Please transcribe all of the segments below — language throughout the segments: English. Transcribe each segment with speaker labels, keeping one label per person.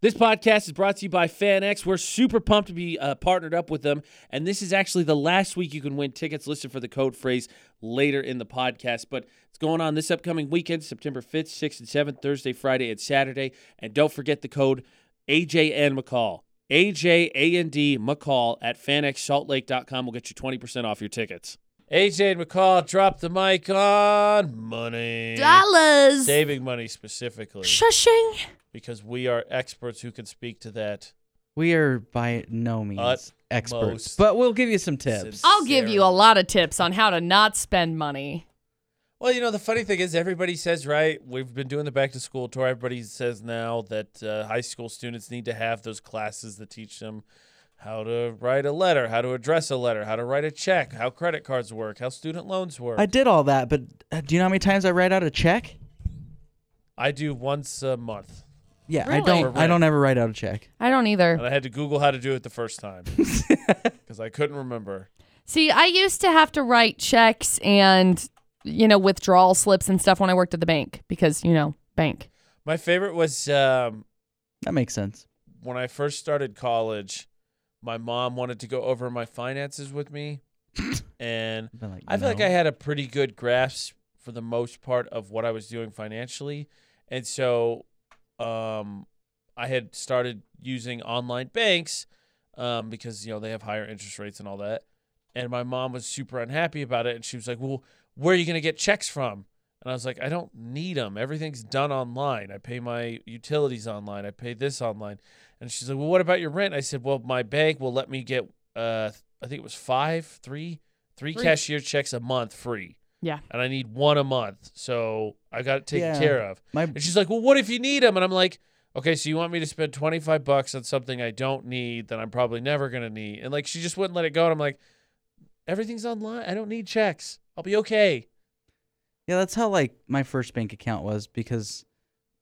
Speaker 1: This podcast is brought to you by FanX. We're super pumped to be uh, partnered up with them. And this is actually the last week you can win tickets listed for the code phrase later in the podcast. But it's going on this upcoming weekend, September 5th, 6th, and 7th, Thursday, Friday, and Saturday. And don't forget the code AJN McCall. AJAND McCall at fanxsaltlake.com will get you 20% off your tickets. AJ and McCall dropped the mic on money.
Speaker 2: Dollars.
Speaker 1: Saving money specifically
Speaker 2: Shushing.
Speaker 1: because we are experts who can speak to that.
Speaker 3: We are by no means
Speaker 1: Utmost.
Speaker 3: experts, but we'll give you some tips.
Speaker 1: Since-
Speaker 2: I'll give you a
Speaker 1: Sarah.
Speaker 2: lot of tips on how to not spend money.
Speaker 1: Well, you know, the funny thing is, everybody says, right, we've been doing the back to school tour. Everybody says now that uh, high school students need to have those classes that teach them how to write a letter, how to address a letter, how to write a check, how credit cards work, how student loans work.
Speaker 3: I did all that, but uh, do you know how many times I write out a check?
Speaker 1: I do once a month.
Speaker 3: Yeah, I
Speaker 2: Really?
Speaker 3: don't. I
Speaker 1: Right.
Speaker 3: don't ever write out a check.
Speaker 2: I don't either.
Speaker 1: And I had to Google how to do it the first time because I couldn't remember.
Speaker 2: See, I used to have to write checks and, you know, withdrawal slips and stuff when I worked at the bank because, you know, bank.
Speaker 1: My favorite was um,
Speaker 3: That makes sense.
Speaker 1: when I first started college, my mom wanted to go over my finances with me. And
Speaker 3: I've been like,
Speaker 1: I feel like
Speaker 3: no.
Speaker 1: I had a pretty good grasp for the most part of what I was doing financially. And so um, I had started using online banks um, because, you know, they have higher interest rates and all that. And my mom was super unhappy about it. And she was like, well, where are you going to get checks from? And I was like, I don't need them. Everything's done online. I pay my utilities online. I pay this online. And she's like, well, what about your rent? I said, well, my bank will let me get, uh, I think it was five, three, three
Speaker 2: Three.
Speaker 1: cashier checks a month free.
Speaker 2: Yeah.
Speaker 1: And I need one a month. So I got it taken
Speaker 3: Yeah.
Speaker 1: care of.
Speaker 3: My
Speaker 1: And she's like, "Well, what if you need them?" And I'm like, "Okay, so you want me to spend 25 bucks on something I don't need that I'm probably never going to need." And like she just wouldn't let it go. And I'm like, "Everything's online. I don't need checks. I'll be okay."
Speaker 3: Yeah, that's how like my first bank account was because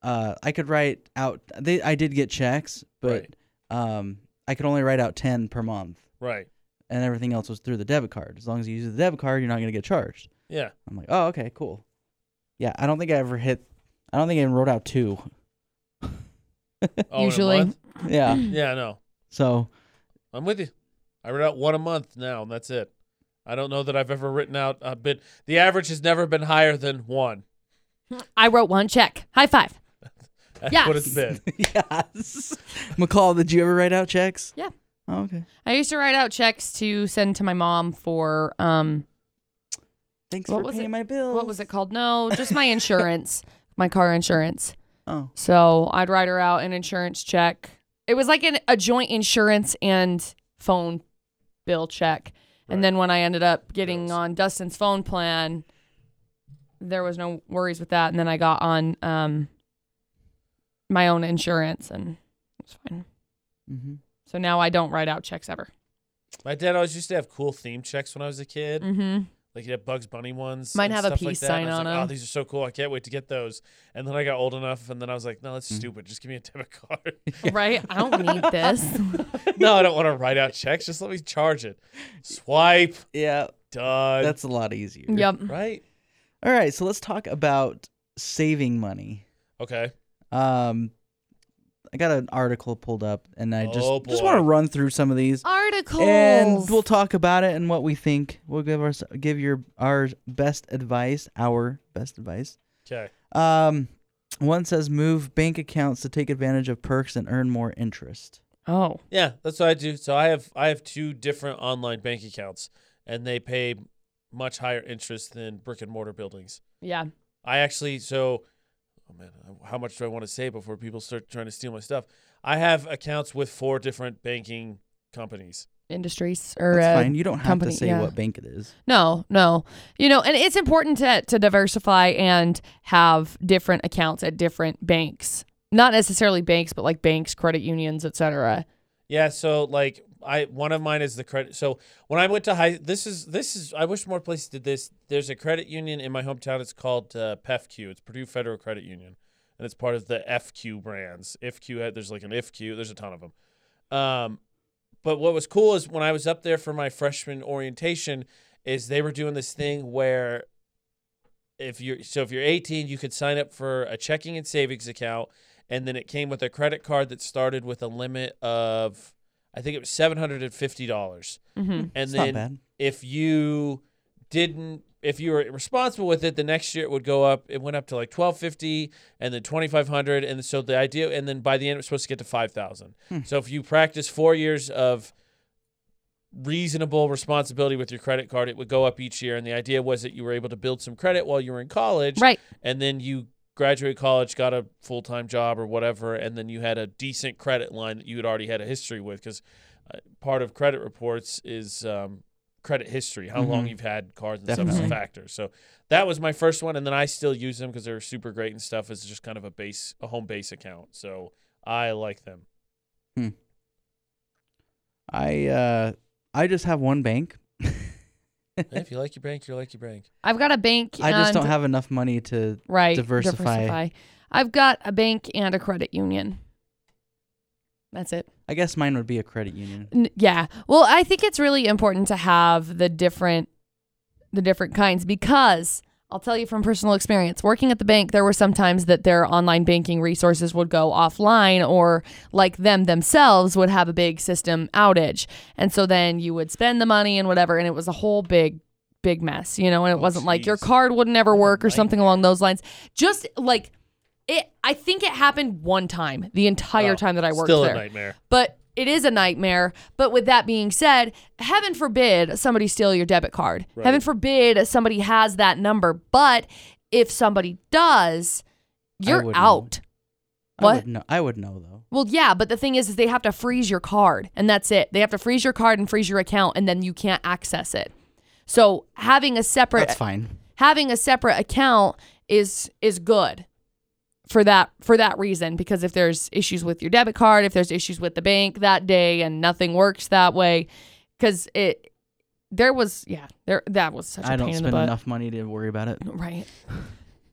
Speaker 3: uh, I could write out. They, I did get checks, but
Speaker 1: Right.
Speaker 3: um, I could only write out ten per month,
Speaker 1: Right.
Speaker 3: and everything else was through the debit card. As long as you use the debit card, you're not gonna get charged.
Speaker 1: Yeah.
Speaker 3: I'm like, oh, okay, cool. Yeah, I don't think I ever hit. I don't think I even wrote out two.
Speaker 1: Oh, in a
Speaker 2: Usually.
Speaker 1: month?
Speaker 3: Yeah,
Speaker 1: Yeah, no.
Speaker 3: so
Speaker 1: I'm with you. I write out one a month now, and that's it. I don't know that I've ever written out a bit. The average has never been higher than one.
Speaker 2: I wrote one check. High five.
Speaker 1: That's
Speaker 2: Yes.
Speaker 1: what it's been.
Speaker 3: yes. McCall, did you ever write out checks?
Speaker 2: Yeah.
Speaker 3: Oh, okay.
Speaker 2: I used to write out checks to send to my mom for um
Speaker 3: Thanks
Speaker 2: What
Speaker 3: for
Speaker 2: was
Speaker 3: paying
Speaker 2: it-
Speaker 3: my bills.
Speaker 2: what was it called? No, just my insurance, my car insurance.
Speaker 3: Oh,
Speaker 2: So I'd write her out an insurance check. It was like an, a joint insurance and phone bill check.
Speaker 1: Right.
Speaker 2: And then when I ended up getting
Speaker 1: Bills.
Speaker 2: on Dustin's phone plan, there was no worries with that. And then I got on um, my own insurance and it was fine.
Speaker 3: hmm
Speaker 2: So now I don't write out checks ever.
Speaker 1: My dad always used to have cool theme checks when I was a kid.
Speaker 2: Mm-hmm.
Speaker 1: Like you have Bugs Bunny ones.
Speaker 2: Mine
Speaker 1: and
Speaker 2: have a
Speaker 1: stuff like
Speaker 2: peace
Speaker 1: that, and
Speaker 2: sign
Speaker 1: I was
Speaker 2: on
Speaker 1: like, Oh,
Speaker 2: them.
Speaker 1: these are so cool! I can't wait to get those. And then I got old enough, and then I was like, no, that's stupid. Just give me a debit card.
Speaker 2: Right? I don't need this.
Speaker 1: no, I don't want to write out checks. Just let me charge it. Swipe
Speaker 3: yeah,
Speaker 1: done.
Speaker 3: that's a lot easier.
Speaker 2: yep.
Speaker 1: right.
Speaker 3: All right, so let's talk about saving money.
Speaker 1: Okay.
Speaker 3: Um, I got an article pulled up, and I just
Speaker 1: Oh,
Speaker 3: just
Speaker 1: boy.
Speaker 3: want to run through some of these,
Speaker 2: Articles.
Speaker 3: and we'll talk about it and what we think. We'll give our give your our best advice, our best advice.
Speaker 1: Okay.
Speaker 3: Um, one says move bank accounts to take advantage of perks and earn more interest.
Speaker 2: oh.
Speaker 1: Yeah, that's what I do. So I have I have two different online bank accounts, and they pay much higher interest than brick and mortar buildings.
Speaker 2: Yeah.
Speaker 1: I actually so oh man, how much do I want to say before people start trying to steal my stuff? I have accounts with four different banking companies.
Speaker 2: Industries or
Speaker 3: That's
Speaker 2: uh,
Speaker 3: fine. You don't have
Speaker 2: company,
Speaker 3: to say
Speaker 2: yeah.
Speaker 3: what bank it is.
Speaker 2: No, no. You know, and it's important to, to diversify and have different accounts at different banks. Not necessarily banks, but like banks, credit unions, etc.
Speaker 1: Yeah, so like I one of mine is the credit. So when I went to high, this is this is I wish more places did this. There's a credit union in my hometown. It's called uh, PFQ. It's Purdue Federal Credit Union, and it's part of the FQ brands. IFQ. There's like an IFQ. There's a ton of them. Um, but what was cool is when I was up there for my freshman orientation, is they were doing this thing where if you're so if you're 18, you could sign up for a checking and savings account, and then it came with a credit card that started with a limit of I think it was seven hundred and fifty dollars.
Speaker 2: Mm-hmm.
Speaker 1: And
Speaker 3: It's
Speaker 1: then
Speaker 3: not bad.
Speaker 1: if you didn't if you were responsible with it the next year it would go up it went up to like 1250 and then 2500 and so the idea and then by the end it was supposed to get to 5000
Speaker 3: Hmm.
Speaker 1: so if you practice four years of reasonable responsibility with your credit card it would go up each year and the idea was that you were able to build some credit while you were in college
Speaker 2: Right.
Speaker 1: and then you graduated college, got a full time job or whatever, and then you had a decent credit line that you had already had a history with because uh, part of credit reports is um, credit history, how long
Speaker 3: Mhm.
Speaker 1: you've had cards and stuff is a
Speaker 3: Definitely.
Speaker 1: factor. So that was my first one, and then I still use them because they're super great and stuff. It's just kind of a base, a home base account. So I like them.
Speaker 3: I uh I just have one bank.
Speaker 1: And if you like your bank, you like your bank.
Speaker 2: I've got a bank.
Speaker 3: I just
Speaker 2: and-
Speaker 3: don't have enough money to
Speaker 2: right
Speaker 3: diversify.
Speaker 2: I've got a bank and a credit union. That's it.
Speaker 3: I guess mine would be a credit union.
Speaker 2: N- yeah. Well, I think it's really important to have the different the different kinds because I'll tell you from personal experience, working at the bank, there were some times that their online banking resources would go offline or like them themselves would have a big system outage. And so then you would spend the money and whatever and it was a whole big big mess, you know, and it
Speaker 1: Oh,
Speaker 2: wasn't like your
Speaker 1: geez.
Speaker 2: card wouldn't ever
Speaker 1: What a
Speaker 2: work or something
Speaker 1: nightmare.
Speaker 2: along those lines. Just like it I think it happened one time, the entire
Speaker 1: Oh,
Speaker 2: time that I worked
Speaker 1: Still
Speaker 2: there
Speaker 1: a nightmare.
Speaker 2: but it is a nightmare. But with that being said, heaven forbid somebody steal your debit card.
Speaker 1: Right.
Speaker 2: Heaven forbid somebody has that number. But if somebody does,
Speaker 3: I
Speaker 2: you're
Speaker 3: wouldn't.
Speaker 2: out.
Speaker 3: I
Speaker 2: What?
Speaker 3: would know. I would know though.
Speaker 2: Well, yeah, but the thing is, is they have to freeze your card, and that's it. They have to freeze your card and freeze your account, and then you can't access it. So having a separate
Speaker 3: That's fine.
Speaker 2: having a separate account is is good for that for that reason because if there's issues with your debit card if there's issues with the bank that day and nothing works that way because it there was yeah there that was such a
Speaker 3: I don't
Speaker 2: pain in the
Speaker 3: spend
Speaker 2: butt
Speaker 3: enough money to worry about it.
Speaker 2: right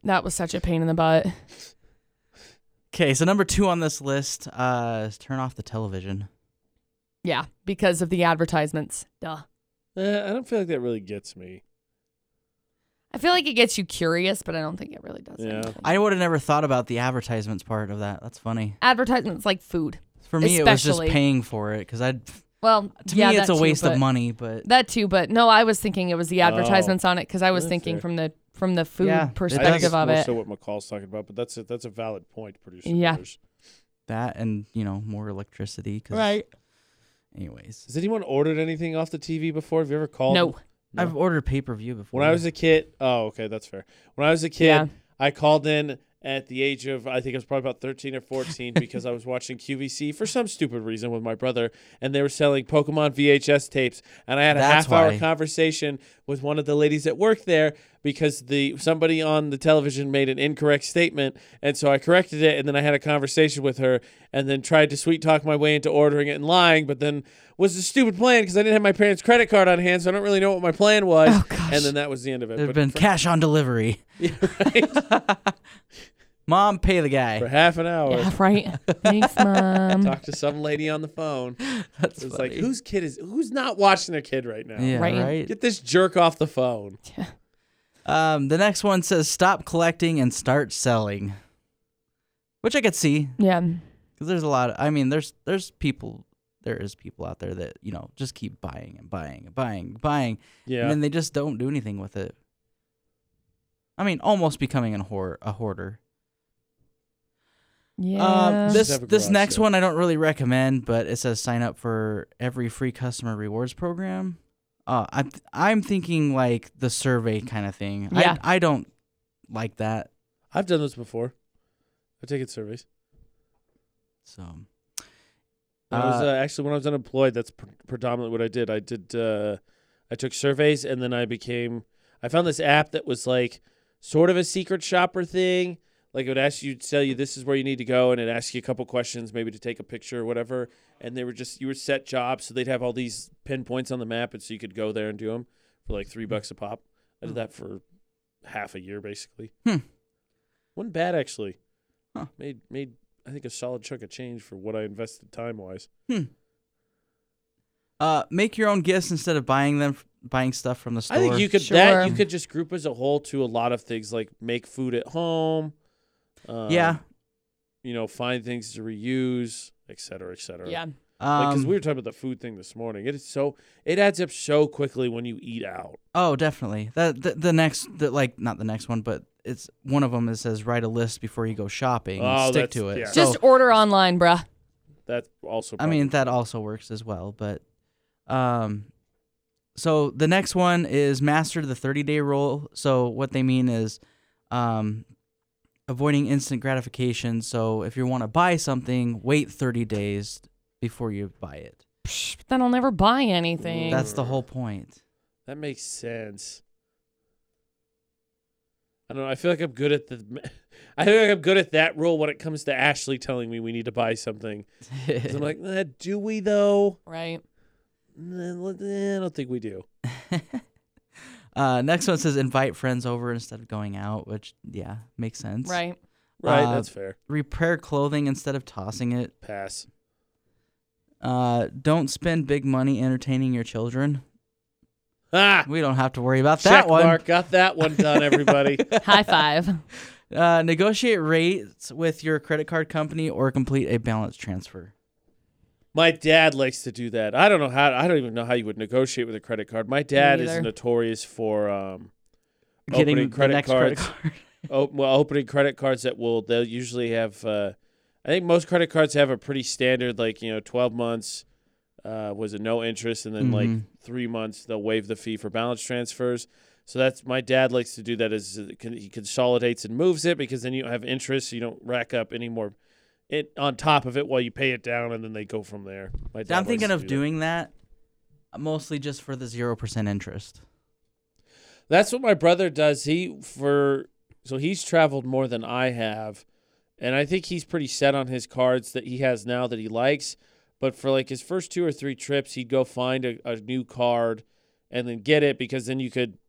Speaker 2: that was such a pain in the butt
Speaker 3: Okay, so number two on this list uh, is turn off the television.
Speaker 2: yeah because of the advertisements duh
Speaker 1: Eh, I don't feel like that really gets me.
Speaker 2: i feel like it gets you curious but i don't think it really does
Speaker 1: Yeah.
Speaker 2: anything.
Speaker 3: I would have never thought about the advertisements part of that. That's funny.
Speaker 2: advertisements like food
Speaker 3: For me, it was just
Speaker 2: Especially-
Speaker 3: paying for it because I. To
Speaker 2: well yeah,
Speaker 3: me, it's
Speaker 2: that
Speaker 3: a
Speaker 2: too,
Speaker 3: waste
Speaker 2: but-
Speaker 3: of money. But
Speaker 2: That too, but no, I was thinking it was the
Speaker 1: Oh.
Speaker 2: advertisements on it because I was
Speaker 1: That's
Speaker 2: thinking
Speaker 1: fair.
Speaker 2: from the from the food
Speaker 3: Yeah, it
Speaker 2: perspective
Speaker 3: does.
Speaker 2: of it.
Speaker 1: So what McCall's talking about, but that's a, that's a valid point, producer.
Speaker 2: Yeah.
Speaker 3: that and you know more electricity. 'cause- Anyways,
Speaker 1: Has anyone ordered anything off the TV before? Have you ever called?
Speaker 2: No.
Speaker 1: No.
Speaker 3: I've ordered pay per view before.
Speaker 1: When I was a kid, oh, okay, that's fair. When I was a kid,
Speaker 2: Yeah.
Speaker 1: I called in at the age of, I think it was probably about 13 or 14 because I was watching QVC for some stupid reason with my brother, and they were selling Pokemon VHS tapes. And I had a
Speaker 3: That's
Speaker 1: half hour
Speaker 3: why.
Speaker 1: conversation with one of the ladies that worked there because the somebody on the television made an incorrect statement and so I corrected it and then I had a conversation with her and then tried to sweet talk my way into ordering it and lying but then was a stupid plan because I didn't have my parents credit card on hand so I don't really know what my plan was
Speaker 2: Oh, gosh.
Speaker 1: and then that was the end of it
Speaker 3: There'd
Speaker 1: but
Speaker 3: been
Speaker 1: for,
Speaker 3: cash on delivery. Mom, pay the guy.
Speaker 1: for half an hour
Speaker 2: Yeah, right. Thanks, mom.
Speaker 1: talk to some lady on the phone
Speaker 3: That's
Speaker 1: it's like
Speaker 3: funny.
Speaker 1: whose kid is who's not watching their kid right now
Speaker 3: yeah,
Speaker 2: Right.
Speaker 3: right.
Speaker 1: get this jerk off the phone
Speaker 3: Um, the next one says stop collecting and start selling, which I could see
Speaker 2: Yeah,
Speaker 3: because there's a lot. Of, I mean, there's there's people. There is people out there that you know just keep buying and buying and buying and buying,
Speaker 1: yeah
Speaker 3: and then they just don't do anything with it. I mean, almost becoming an hoard, a hoarder.
Speaker 2: yeah.
Speaker 3: Um, this
Speaker 1: Just have a
Speaker 3: this
Speaker 1: garage
Speaker 3: next
Speaker 1: sale.
Speaker 3: one I don't really recommend, but it says sign up for every free customer rewards program. Uh, I'm I'm thinking like the survey kind of thing.
Speaker 2: Yeah.
Speaker 3: I I don't like that.
Speaker 1: I've done this before I've taken surveys
Speaker 3: So
Speaker 1: I was
Speaker 3: Uh,
Speaker 1: uh, actually when I was unemployed. That's pr- predominantly what I did. I did. Uh, I took surveys, and then I became. I found this app that was like sort of a secret shopper thing. Like it would ask you, tell you this is where you need to go, and it ask you a couple questions, maybe to take a picture or whatever. And they were just you were set jobs, so they'd have all these pinpoints on the map, and so you could go there and do them for like three bucks a pop. I did that for half a year, basically.
Speaker 3: Hmm.
Speaker 1: Wasn't bad actually.
Speaker 3: Huh.
Speaker 1: Made made I think a solid chunk of change for what I invested time wise.
Speaker 3: hmm. Uh, make your own gifts instead of buying them, buying stuff from the store.
Speaker 1: I think you could
Speaker 2: Sure.
Speaker 1: that you could just group as a whole to a lot of things like make food at home. Um,
Speaker 3: yeah,
Speaker 1: you know, find things to reuse, et cetera, et cetera.
Speaker 2: Yeah.
Speaker 1: Because
Speaker 3: Um,
Speaker 1: we uh, were talking about the food thing this morning. It is so it adds up so quickly when you eat out.
Speaker 3: Oh, definitely. That the, the next, the, like not the next one, but it's one of them that says write a list before you go shopping. and
Speaker 1: Oh,
Speaker 3: stick
Speaker 1: that's-
Speaker 3: to it.
Speaker 1: yeah.
Speaker 3: So,
Speaker 2: Just order online, bruh.
Speaker 1: That's also.
Speaker 3: I mean, that also works as well. But, um, so the next one is master the thirty day rule. So what they mean is, um, avoiding instant gratification. So if you want to buy something, wait thirty days before you buy it.
Speaker 2: Psh, but then I'll never buy anything.
Speaker 3: That's the whole point.
Speaker 1: that makes sense. I don't know. I feel like I'm good at the. I feel like I'm good at that rule when it comes to Ashley telling me we need to buy something. 'Cause I'm like, eh, do we though?
Speaker 2: right.
Speaker 1: Eh, let- eh, I don't think we do.
Speaker 3: uh, next one says invite friends over instead of going out, which yeah makes sense.
Speaker 2: Right.
Speaker 1: Right,
Speaker 3: Uh,
Speaker 1: that's fair.
Speaker 3: repair clothing instead of tossing it.
Speaker 1: Pass.
Speaker 3: Uh, don't spend big money entertaining your children.
Speaker 1: Ah,
Speaker 3: We don't have to worry about
Speaker 1: check
Speaker 3: that one.
Speaker 1: mark. Got that one done, everybody.
Speaker 2: High five.
Speaker 3: Uh, negotiate rates with your credit card company or complete a balance transfer.
Speaker 1: My dad likes to do that. I don't know how. I don't even know how you would negotiate with a credit card. My dad is
Speaker 2: neither.
Speaker 1: notorious for um,
Speaker 3: Getting
Speaker 1: opening
Speaker 3: the
Speaker 1: credit
Speaker 3: next
Speaker 1: cards.
Speaker 3: credit card.
Speaker 1: oh, well, opening credit cards that will they'll usually have. Uh, I think most credit cards have a pretty standard, like you know, twelve months uh, was a no interest, and then like
Speaker 3: Mhm.
Speaker 1: three months they'll waive the fee for balance transfers. So that's my dad likes to do that is uh, con- he consolidates and moves it because then you don't have interest, so you don't rack up any more. It on top of it while you pay it down, and then they go from there. My dad
Speaker 3: I'm
Speaker 1: likes
Speaker 3: thinking
Speaker 1: to
Speaker 3: of
Speaker 1: do that.
Speaker 3: doing that mostly just for the zero percent interest.
Speaker 1: That's what my brother does. He for so he's traveled more than I have, and I think he's pretty set on his cards that he has now that he likes. But for like his first two or three trips, he'd go find a, a new card and then get it because then you could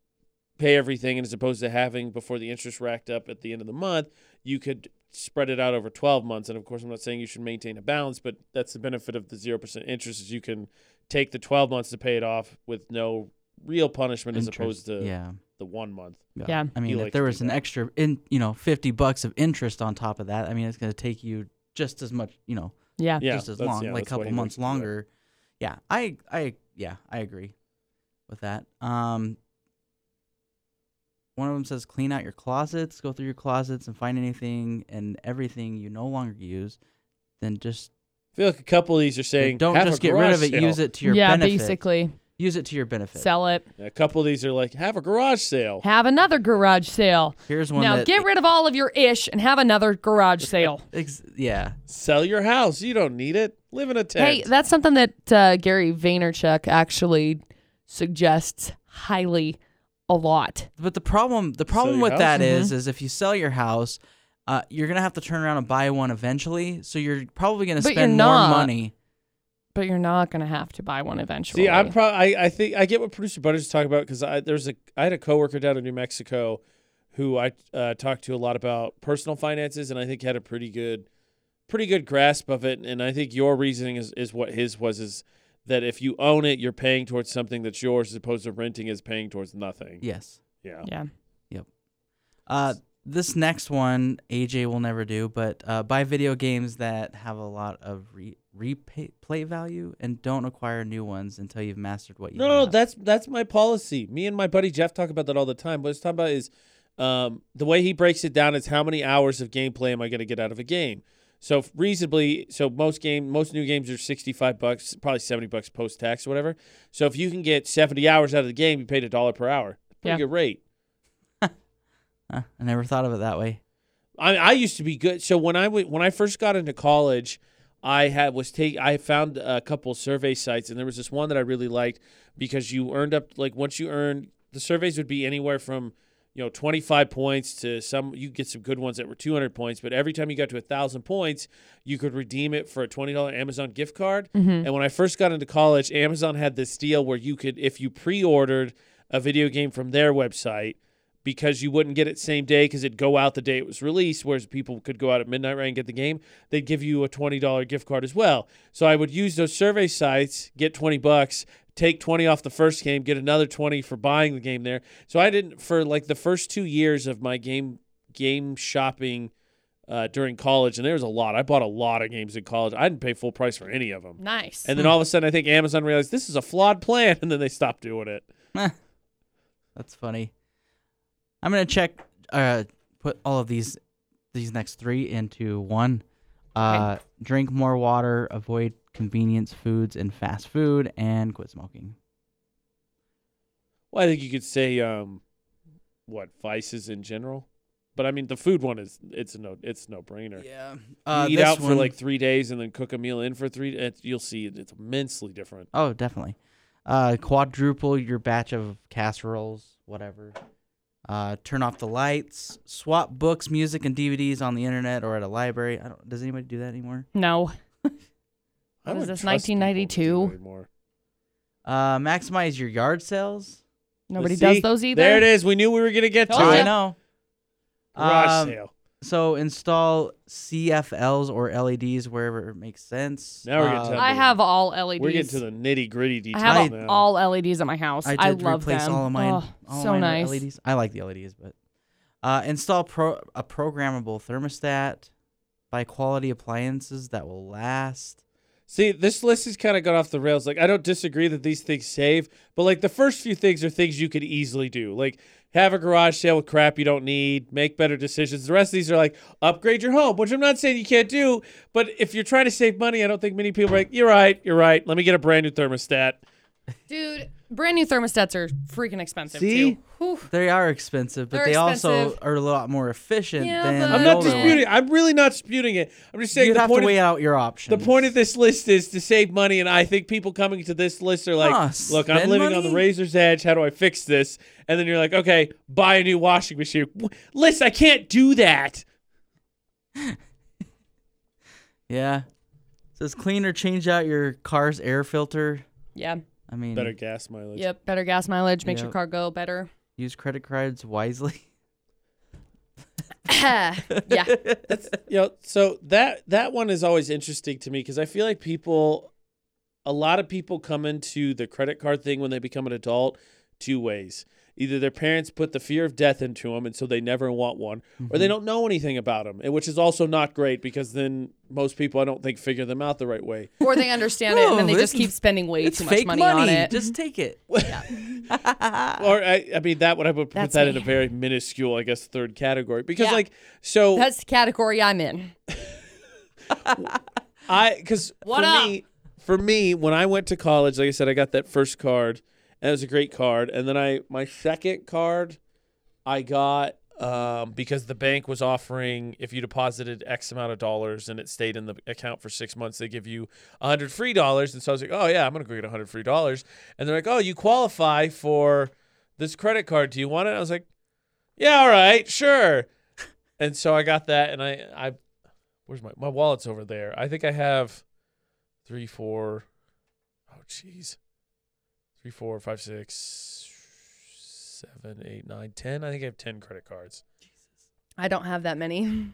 Speaker 1: pay everything, and as opposed to having before the interest racked up at the end of the month, you could spread it out over 12 months and of course i'm not saying you should maintain a balance but that's the benefit of the 0% interest is you can take the 12 months to pay it off with no real punishment as opposed
Speaker 3: Interest.
Speaker 1: to
Speaker 3: yeah.
Speaker 1: the one month.
Speaker 2: Yeah.
Speaker 3: I
Speaker 1: He
Speaker 3: mean,
Speaker 1: likes
Speaker 3: if there
Speaker 1: to
Speaker 3: was
Speaker 1: do
Speaker 3: an
Speaker 1: that.
Speaker 3: extra in, you know, 50 bucks of interest on top of that, I mean, it's going to take you just as much, you know,
Speaker 2: Yeah.
Speaker 1: Yeah,
Speaker 3: just as
Speaker 1: that's-
Speaker 3: long,
Speaker 1: yeah,
Speaker 3: like a
Speaker 1: that's why
Speaker 3: couple
Speaker 1: he
Speaker 3: months
Speaker 1: likes to do that.
Speaker 3: longer. Yeah, I, I, yeah, I agree with that. Um, one of them says clean out your closets, go through your closets and find anything and everything you no longer use. Then just
Speaker 1: I feel like a couple of these are saying
Speaker 3: don't
Speaker 1: "Have
Speaker 3: just
Speaker 1: a
Speaker 3: get rid
Speaker 1: garage
Speaker 3: of it.
Speaker 1: sale."
Speaker 3: Use it to your
Speaker 2: yeah.
Speaker 3: benefit.
Speaker 2: Basically,
Speaker 3: Use it to your benefit.
Speaker 2: sell it.
Speaker 1: A couple of these are like have a garage sale.
Speaker 2: Have another garage sale.
Speaker 3: Here's one
Speaker 2: now
Speaker 3: that
Speaker 2: get rid of all of your ish and have another garage sale.
Speaker 3: ex- yeah.
Speaker 1: Sell your house. You don't need it. Live in a
Speaker 2: hey,
Speaker 1: tent.
Speaker 2: that's something that uh, Gary Vaynerchuk actually suggests highly a lot.
Speaker 3: But the problem the
Speaker 1: Sell
Speaker 3: problem
Speaker 1: your
Speaker 3: with that
Speaker 1: house? Mm-hmm.
Speaker 3: is, is if you sell your house, uh, you're gonna have to turn around and buy one eventually. So you're probably gonna
Speaker 2: But you're
Speaker 3: spend more
Speaker 2: not.
Speaker 3: money.
Speaker 2: But you're not going to have to buy one eventually.
Speaker 1: See, I'm pro- I, I think I get what producer Butters is talking about because I there's a I had a coworker down in New Mexico who I uh, talked to a lot about personal finances and I think had a pretty good pretty good grasp of it and I think your reasoning is, is what his was is that if you own it you're paying towards something that's yours as opposed to renting is paying towards nothing.
Speaker 3: Yes.
Speaker 1: Yeah.
Speaker 2: yeah.
Speaker 3: Uh, this next one AJ will never do, but uh, buy video games that have a lot of re- replay play value and don't acquire new ones until you've mastered what you
Speaker 1: No, no,
Speaker 3: have.
Speaker 1: that's that's my policy. Me and my buddy Jeff talk about that all the time. What he's talking about is um, the way he breaks it down is how many hours of gameplay am I going to get out of a game. So f- reasonably, so most game, most new games are sixty five bucks, probably seventy bucks post tax or whatever. So if you can get seventy hours out of the game, you paid a dollar per hour. Pretty
Speaker 2: Yeah.
Speaker 1: good rate.
Speaker 3: Huh, I never thought of it that way.
Speaker 1: I I used to be good. So when I w- when I first got into college, I had was take I found a couple survey sites and there was this one that I really liked because you earned up like once you earned the surveys would be anywhere from you know 25 points to some you get some good ones that were 200 points but every time you got to 1000 points you could redeem it for a $20 amazon gift card and when i first got into college amazon had this deal where you could if you pre-ordered a video game from their website because you wouldn't get it same day because it'd go out the day it was released, whereas people could go out at midnight right and get the game. They'd give you a twenty dollar gift card as well. So I would use those survey sites, get twenty bucks, take twenty off the first game, get another twenty for buying the game there. So I didn't for like the first two years of my game game shopping uh, during college, and there was a lot. I bought a lot of games in college. I didn't pay full price for any of them.
Speaker 2: Nice.
Speaker 1: And then all of a sudden, I think Amazon realized this is a flawed plan, and then they stopped doing it.
Speaker 3: That's funny. I'm gonna check. Uh, put all of these these next three into one. Uh, drink more water. Avoid convenience foods and fast food, and quit smoking.
Speaker 1: Well, I think you could say, um, what vices in general, but I mean the food one is it's a no it's no brainer.
Speaker 3: Yeah. Uh,
Speaker 1: you eat out for like three days and then cook a meal in for three. It, you'll see it, it's immensely different.
Speaker 3: Oh, definitely. Uh, quadruple your batch of casseroles, whatever. Uh, turn off the lights. Swap books, music, and DVDs on the internet or at a library. I don't. Does anybody do that anymore?
Speaker 2: no.
Speaker 1: I
Speaker 2: What is
Speaker 1: wouldn't
Speaker 2: this,
Speaker 1: trust people to do
Speaker 2: 1992?
Speaker 1: it anymore.
Speaker 3: Uh, maximize your yard sales.
Speaker 2: Nobody
Speaker 1: But see,
Speaker 2: does those either.
Speaker 1: There it is. We knew we were gonna get to
Speaker 2: Told
Speaker 3: I
Speaker 2: ya.
Speaker 1: it.
Speaker 3: know.
Speaker 1: Garage
Speaker 3: Um,
Speaker 1: sale.
Speaker 3: So install CFLs or LEDs wherever it makes sense. Uh,
Speaker 1: Now we're getting to-
Speaker 2: I have all LEDs.
Speaker 1: We're getting to the nitty gritty
Speaker 2: I
Speaker 1: details
Speaker 2: have
Speaker 1: now.
Speaker 2: all LEDs at my house. I,
Speaker 3: I did
Speaker 2: love
Speaker 3: replace
Speaker 2: them.
Speaker 3: all of mine.
Speaker 2: Oh,
Speaker 3: all of
Speaker 2: so
Speaker 3: mine E
Speaker 2: nice.
Speaker 3: Were LEDs. I like the LEDs, but uh, install pro- a programmable thermostat. Buy quality appliances that will last.
Speaker 1: See, this list has kind of gone off the rails. Like, I don't disagree that these things save, but like the first few things are things you could easily do. Like, have a garage sale with crap you don't need, make better decisions. The rest of these are like upgrade your home, which I'm not saying you can't do, but if you're trying to save money, I don't think many people are like, you're right, you're right. Let me get a brand new thermostat.
Speaker 2: Dude, brand new thermostats are freaking expensive
Speaker 3: See?
Speaker 2: too. Whew.
Speaker 3: They are expensive, but
Speaker 2: They're
Speaker 3: they also
Speaker 2: expensive.
Speaker 3: are a lot more efficient
Speaker 2: Yeah,
Speaker 3: than.
Speaker 2: but-
Speaker 1: I'm not
Speaker 2: Hold on.
Speaker 1: disputing. I'm really not disputing it. I'm just saying
Speaker 3: You'd
Speaker 1: the
Speaker 3: have
Speaker 1: point.
Speaker 3: to weigh
Speaker 1: of,
Speaker 3: out your options.
Speaker 1: the point of this list is to save money, and I think people coming to this list are like,
Speaker 3: Huh,
Speaker 1: "Look, I'm
Speaker 3: spend
Speaker 1: living on the
Speaker 3: money?
Speaker 1: razor's edge. How do I fix this?" And then you're like, "Okay, buy a new washing machine." W- List, I can't do that.
Speaker 3: Yeah. Says clean or change out your car's air filter.
Speaker 2: Yeah.
Speaker 3: I mean,
Speaker 1: Better gas mileage.
Speaker 2: Yep. Better gas mileage makes your
Speaker 3: Yep.
Speaker 2: car go better.
Speaker 3: use credit cards wisely.
Speaker 2: yeah.
Speaker 1: You know, so that that one is always interesting to me because I feel like people, a lot of people come into the credit card thing when they become an adult two ways. Either their parents put the fear of death into them, and so they never want one, or
Speaker 2: Mm-hmm.
Speaker 1: they don't know anything about them, which is also not great because then most people I don't think figure them out the right way.
Speaker 2: Or they understand it and then they
Speaker 3: No,
Speaker 2: just
Speaker 3: this
Speaker 2: keep
Speaker 3: is-
Speaker 2: spending way
Speaker 3: it's
Speaker 2: too much
Speaker 3: fake
Speaker 2: money, on it.
Speaker 3: Just take it.
Speaker 1: or I, I mean that would I would put
Speaker 2: Uh, That's
Speaker 1: that in
Speaker 2: me.
Speaker 1: a very minuscule, I guess, third category because
Speaker 2: Yeah.
Speaker 1: like so
Speaker 2: That's the category I'm in.
Speaker 1: I because for
Speaker 2: What up?
Speaker 1: me, for me, when I went to college, like I said, I got that first card, and it was a great card. And then I my second card, I got um, because the bank was offering if you deposited X amount of dollars and it stayed in the account for six months, they give you a hundred free dollars. And so I was like, oh yeah, I'm gonna go get a hundred free dollars. And they're like, oh, you qualify for this credit card. Do you want it? I was like, yeah, all right, sure. And so I got that, and I I where's my my wallet's over there. I think I have three, four, oh jeez, three, four, five, six, seven, eight, nine, ten. I think I have ten credit cards.
Speaker 2: I don't have that many.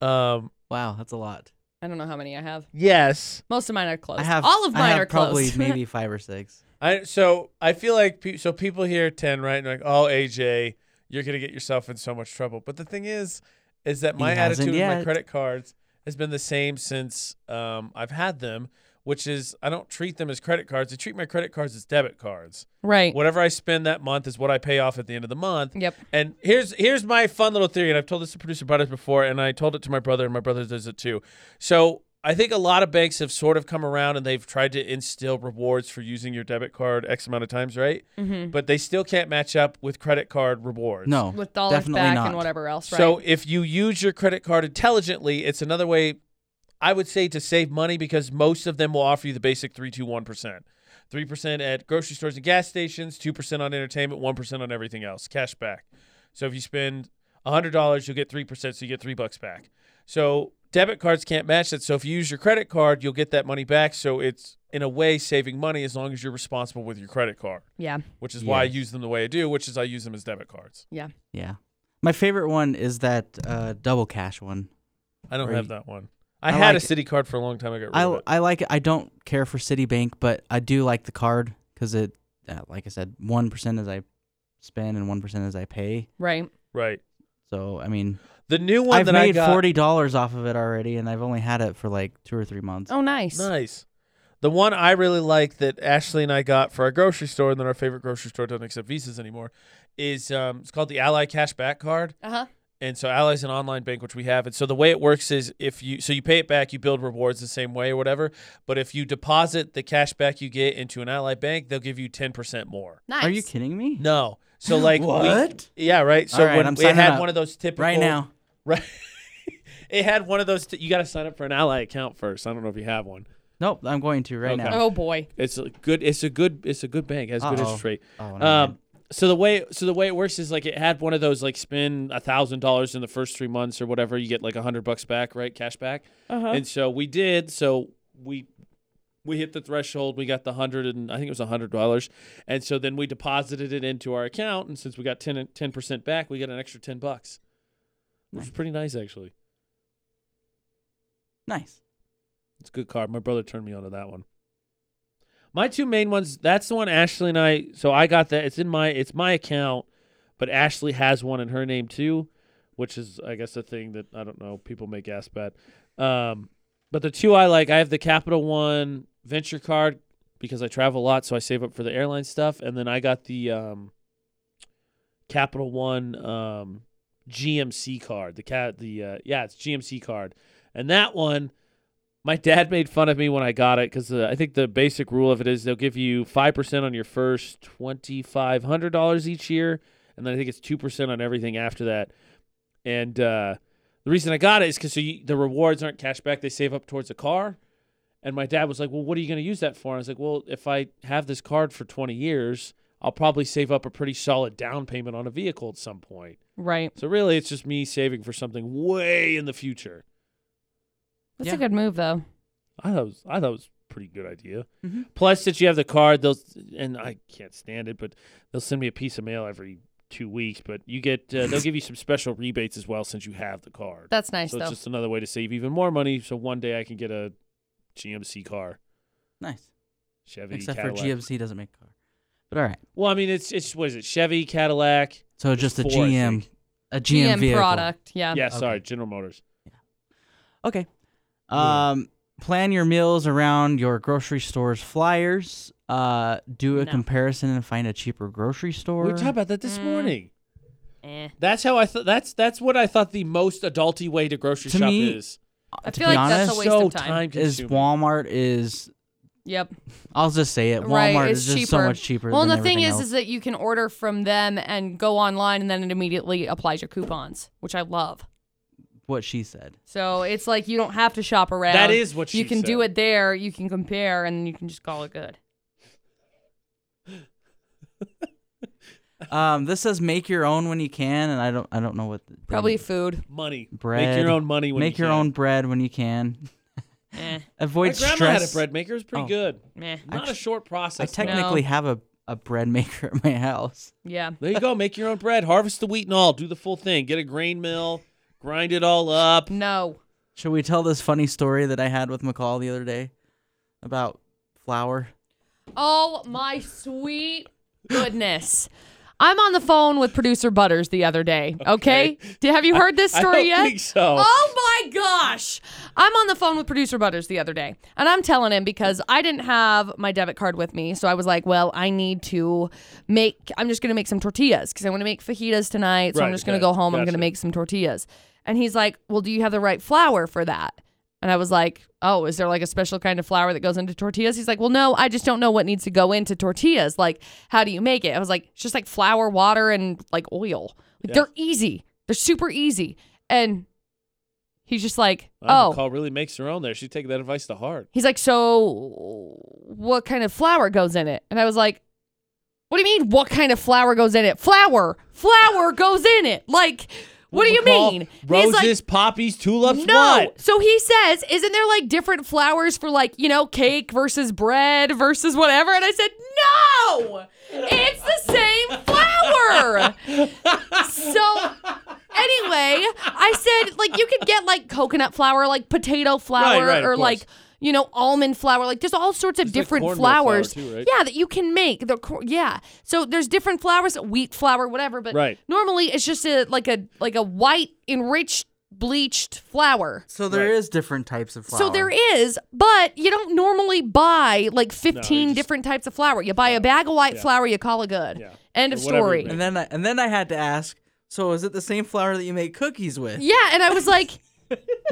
Speaker 1: Um,
Speaker 3: Wow, that's a lot.
Speaker 2: I don't know how many I have.
Speaker 1: yes.
Speaker 2: Most of mine are closed.
Speaker 3: I have
Speaker 2: all of
Speaker 3: I
Speaker 2: mine
Speaker 3: have
Speaker 2: are
Speaker 3: probably
Speaker 2: closed.
Speaker 3: maybe five or six.
Speaker 1: I so I feel like pe- so people hear ten right and they're like, oh AJ, you're gonna get yourself in so much trouble. But the thing is, is that
Speaker 3: He
Speaker 1: my
Speaker 3: hasn't
Speaker 1: attitude with my
Speaker 3: yet.
Speaker 1: credit cards has been the same since um, I've had them, which is I don't treat them as credit cards. I treat my credit cards as debit cards.
Speaker 2: right.
Speaker 1: Whatever I spend that month is what I pay off at the end of the month.
Speaker 2: Yep.
Speaker 1: And here's here's my fun little theory, and I've told this to producer brothers before, and I told it to my brother, and my brother does it too. So I think a lot of banks have sort of come around and they've tried to instill rewards for using your debit card X amount of times, right?
Speaker 2: Mhm.
Speaker 1: But they still can't match up with credit card rewards.
Speaker 3: No,
Speaker 2: With dollars
Speaker 3: definitely
Speaker 2: back
Speaker 3: not.
Speaker 2: and whatever else. Right.
Speaker 1: So if you use your credit card intelligently, it's another way I would say to save money because most of them will offer you the basic 321%. 3% at grocery stores and gas stations, 2% on entertainment, 1% on everything else, cash back. So if you spend $100, you'll get 3%, so you get 3 bucks back. So debit cards can't match that. So if you use your credit card, you'll get that money back, so it's in a way saving money as long as you're responsible with your credit card,
Speaker 2: yeah.
Speaker 1: which is why I
Speaker 3: Yes.
Speaker 1: use them the way I do, which is I use them as debit cards.
Speaker 2: Yeah.
Speaker 3: Yeah, my favorite one is that uh, double cash one.
Speaker 1: I don't
Speaker 3: Or
Speaker 1: have
Speaker 3: you-
Speaker 1: that one. I,
Speaker 3: I
Speaker 1: had
Speaker 3: like
Speaker 1: a
Speaker 3: it.
Speaker 1: city card for a long time. I got rid
Speaker 3: I
Speaker 1: of it.
Speaker 3: I like it. I don't care for Citibank, but I do like the card because it, uh, like I said, one percent as I spend and one percent as I pay.
Speaker 2: Right.
Speaker 1: Right.
Speaker 3: So I mean,
Speaker 1: The new one
Speaker 3: I've
Speaker 1: that I
Speaker 3: made
Speaker 1: got.
Speaker 3: forty dollars off of it already, and I've only had it for like two or three months.
Speaker 2: Oh, nice.
Speaker 1: Nice. The one I really like that Ashley and I got for our grocery store, and then our favorite grocery store doesn't accept visas anymore, is um, it's called the Ally Cashback Card.
Speaker 2: Uh huh.
Speaker 1: And so Ally's an online bank which we have. And so the way it works is if you so you pay it back, you build rewards the same way or whatever. But if you deposit the cash back you get into an Ally bank, they'll give you ten percent more.
Speaker 2: Nice.
Speaker 3: Are you kidding me?
Speaker 1: No. So like we-
Speaker 3: What?
Speaker 1: yeah, right. So
Speaker 3: All right,
Speaker 1: when
Speaker 3: I'm
Speaker 1: we had
Speaker 3: signing up.
Speaker 1: one of those typical
Speaker 3: Right now,
Speaker 1: Right. it had one of those t- you gotta sign up for an Ally account first. I don't know if you have one.
Speaker 3: nope. I'm going to right
Speaker 1: Okay.
Speaker 3: now.
Speaker 2: Oh boy.
Speaker 1: It's a good. It's a good. It's a good bank. It Has good
Speaker 3: Uh-oh.
Speaker 1: interest rate.
Speaker 3: Oh, no,
Speaker 1: Um, so the way so the way it works is like it had one of those like spend a thousand dollars in the first three months or whatever you get like a hundred bucks back right cash back
Speaker 2: Uh huh.
Speaker 1: and so we did so we we hit the threshold we got the hundred and I think it was a hundred dollars and so then we deposited it into our account and since we got 10 percent back we got an extra ten bucks which is pretty nice actually
Speaker 3: nice.
Speaker 1: It's a good card. My brother turned me onto that one. My two main ones. That's the one Ashley and I. So I got that. It's in my. It's my account, but Ashley has one in her name too, which is I guess a thing that I don't know. People make ass bad. Um, but the two I like, I have the Capital One Venture card because I travel a lot, so I save up for the airline stuff, and then I got the um, Capital One um, GMC card. The cat. The uh, yeah, it's GMC card, and that one. My dad made fun of me when I got it because I think the basic rule of it is they'll give you five percent on your first twenty five hundred dollars each year, and then I think it's two percent on everything after that. And uh, the reason I got it is because so you, the rewards aren't cash back; they save up towards a car. And my dad was like, "Well, what are you going to use that for?" And I was like, "Well, if I have this card for twenty years, I'll probably save up a pretty solid down payment on a vehicle at some point."
Speaker 2: Right.
Speaker 1: So really, it's just me saving for something way in the future.
Speaker 2: That's
Speaker 3: Yeah.
Speaker 2: a good move though.
Speaker 1: I thought it was, I thought it was a pretty good idea.
Speaker 2: Mm-hmm.
Speaker 3: Mhm.
Speaker 1: Plus, since you have the card, they'll and I can't stand it, but they'll send me a piece of mail every two weeks. But you get uh, they'll give you some special rebates as well since you have the card.
Speaker 2: That's nice
Speaker 1: so
Speaker 2: though.
Speaker 1: it's just another way to save even more money. So one day I can get a GMC car,
Speaker 3: Nice.
Speaker 1: Chevy,
Speaker 3: Except
Speaker 1: Cadillac.
Speaker 3: for GMC doesn't make car. But all right.
Speaker 1: Well, I mean, it's it's what is it? Chevy, Cadillac.
Speaker 3: So just a
Speaker 1: four, I
Speaker 3: GM,
Speaker 1: think.
Speaker 3: a GM, vehicle.
Speaker 2: product. Yeah.
Speaker 1: yeah,
Speaker 3: okay.
Speaker 1: sorry, General Motors.
Speaker 3: Okay.
Speaker 1: Yeah.
Speaker 3: Um, plan your meals around your grocery store's flyers. Uh, do a
Speaker 2: No.
Speaker 3: comparison and find a cheaper grocery store.
Speaker 1: we talked about that this
Speaker 2: Mm.
Speaker 1: morning.
Speaker 2: Eh.
Speaker 1: That's how I thought. That's that's what I thought the most adulty way to grocery
Speaker 3: To
Speaker 1: shop
Speaker 3: me,
Speaker 1: is.
Speaker 2: I
Speaker 3: to
Speaker 2: feel
Speaker 3: be
Speaker 2: like that's
Speaker 3: honest,
Speaker 2: a waste
Speaker 1: so
Speaker 2: of time.
Speaker 3: is
Speaker 1: consuming.
Speaker 3: Walmart is
Speaker 2: Yep.
Speaker 3: I'll just say it. Walmart
Speaker 2: Right, it's
Speaker 3: is just so
Speaker 2: cheaper.
Speaker 3: much cheaper.
Speaker 2: Well,
Speaker 3: than
Speaker 2: and the thing
Speaker 3: everything
Speaker 2: is,
Speaker 3: else.
Speaker 2: is that you can order from them and go online, and then it immediately applies your coupons, which I love.
Speaker 3: what she said.
Speaker 2: So it's like you don't have to shop around.
Speaker 1: That is what she
Speaker 2: you can do
Speaker 1: said.
Speaker 2: it there. You can compare, and you can just call it good.
Speaker 3: Um, this says make your own when you can, and I don't, I don't know what. the-
Speaker 1: Mm.
Speaker 2: Probably food.
Speaker 1: money. Make
Speaker 3: Bread.
Speaker 1: your own money. When
Speaker 3: make
Speaker 1: you
Speaker 3: your
Speaker 1: can.
Speaker 3: own bread when you can.
Speaker 2: Eh,
Speaker 3: Avoid
Speaker 1: My grandma
Speaker 3: stress.
Speaker 1: had a bread maker. It was pretty
Speaker 3: Oh.
Speaker 1: good.
Speaker 2: meh.
Speaker 1: Not a
Speaker 3: Actu-
Speaker 1: short process.
Speaker 3: I
Speaker 1: though.
Speaker 3: technically have a, a bread maker at my house.
Speaker 2: Yeah.
Speaker 1: There you go. Make your own bread. Harvest the wheat and all. Do the full thing. Get a grain mill. Grind it all up.
Speaker 2: No.
Speaker 3: Should we tell this funny story that I had with McCall the other day about flour?
Speaker 2: Oh my sweet goodness. I'm on the phone with producer Butters the other day. Okay. Did, have you heard this
Speaker 1: I
Speaker 2: story
Speaker 1: don't
Speaker 2: yet?
Speaker 1: think so.
Speaker 2: Oh my gosh. I'm on the phone with producer Butters the other day, and I'm telling him because I didn't have my debit card with me. So I was like, well, I need to make, I'm just going to make some tortillas because I want to make fajitas tonight. So
Speaker 1: Right,
Speaker 2: I'm just going
Speaker 1: okay.
Speaker 2: to go home. I'm
Speaker 1: Gotcha.
Speaker 2: going to make some tortillas. And he's like, well, do you have the right flour for that? And I was like, oh, is there like a special kind of flour that goes into tortillas? He's like, well, no, I just don't know what needs to go into tortillas. Like, how do you make it? I was like, it's just like flour, water, and like oil. Like,
Speaker 1: Yeah.
Speaker 2: They're easy. They're super easy. And He's just like,
Speaker 1: Wow,
Speaker 2: oh.
Speaker 1: McCall really makes her own there. She's taking that advice to heart.
Speaker 2: He's like, so what kind of flour goes in it? And I was like, what do you mean? What kind of flour goes in it? Flour, flour goes in it. Like, what do you
Speaker 1: McCall,
Speaker 2: mean? And he's like,
Speaker 1: Roses, poppies, tulips.
Speaker 2: no.
Speaker 1: What?
Speaker 2: So he says, isn't there like different flours for like, you know, cake versus bread versus whatever? And I said, no, it's the same flour. so anyway, I said, like, you could get like coconut flour, like potato flour,
Speaker 1: right, of
Speaker 2: or
Speaker 1: course.
Speaker 2: like you know, almond flour. Like there's all sorts of
Speaker 1: It's like
Speaker 2: different
Speaker 1: cornmeal flour
Speaker 2: flours.
Speaker 1: too, right?
Speaker 2: Yeah, that you can make. The cor- yeah. So there's different flours, wheat flour, whatever, but
Speaker 1: Right.
Speaker 2: normally it's just a like a like a white enriched bleached flour.
Speaker 3: So there is
Speaker 1: Right.
Speaker 3: different types of flour.
Speaker 2: So there is, but you don't normally buy like 15
Speaker 1: just-
Speaker 2: different types of flour. You buy a bag of white
Speaker 1: Yeah.
Speaker 2: flour, you call it good.
Speaker 1: Yeah.
Speaker 2: End
Speaker 1: Or
Speaker 2: of
Speaker 1: whatever you
Speaker 2: story.
Speaker 1: make.
Speaker 3: And then I, and then I had to ask. So is it the same flour that you make cookies with?
Speaker 2: Yeah, and I was like,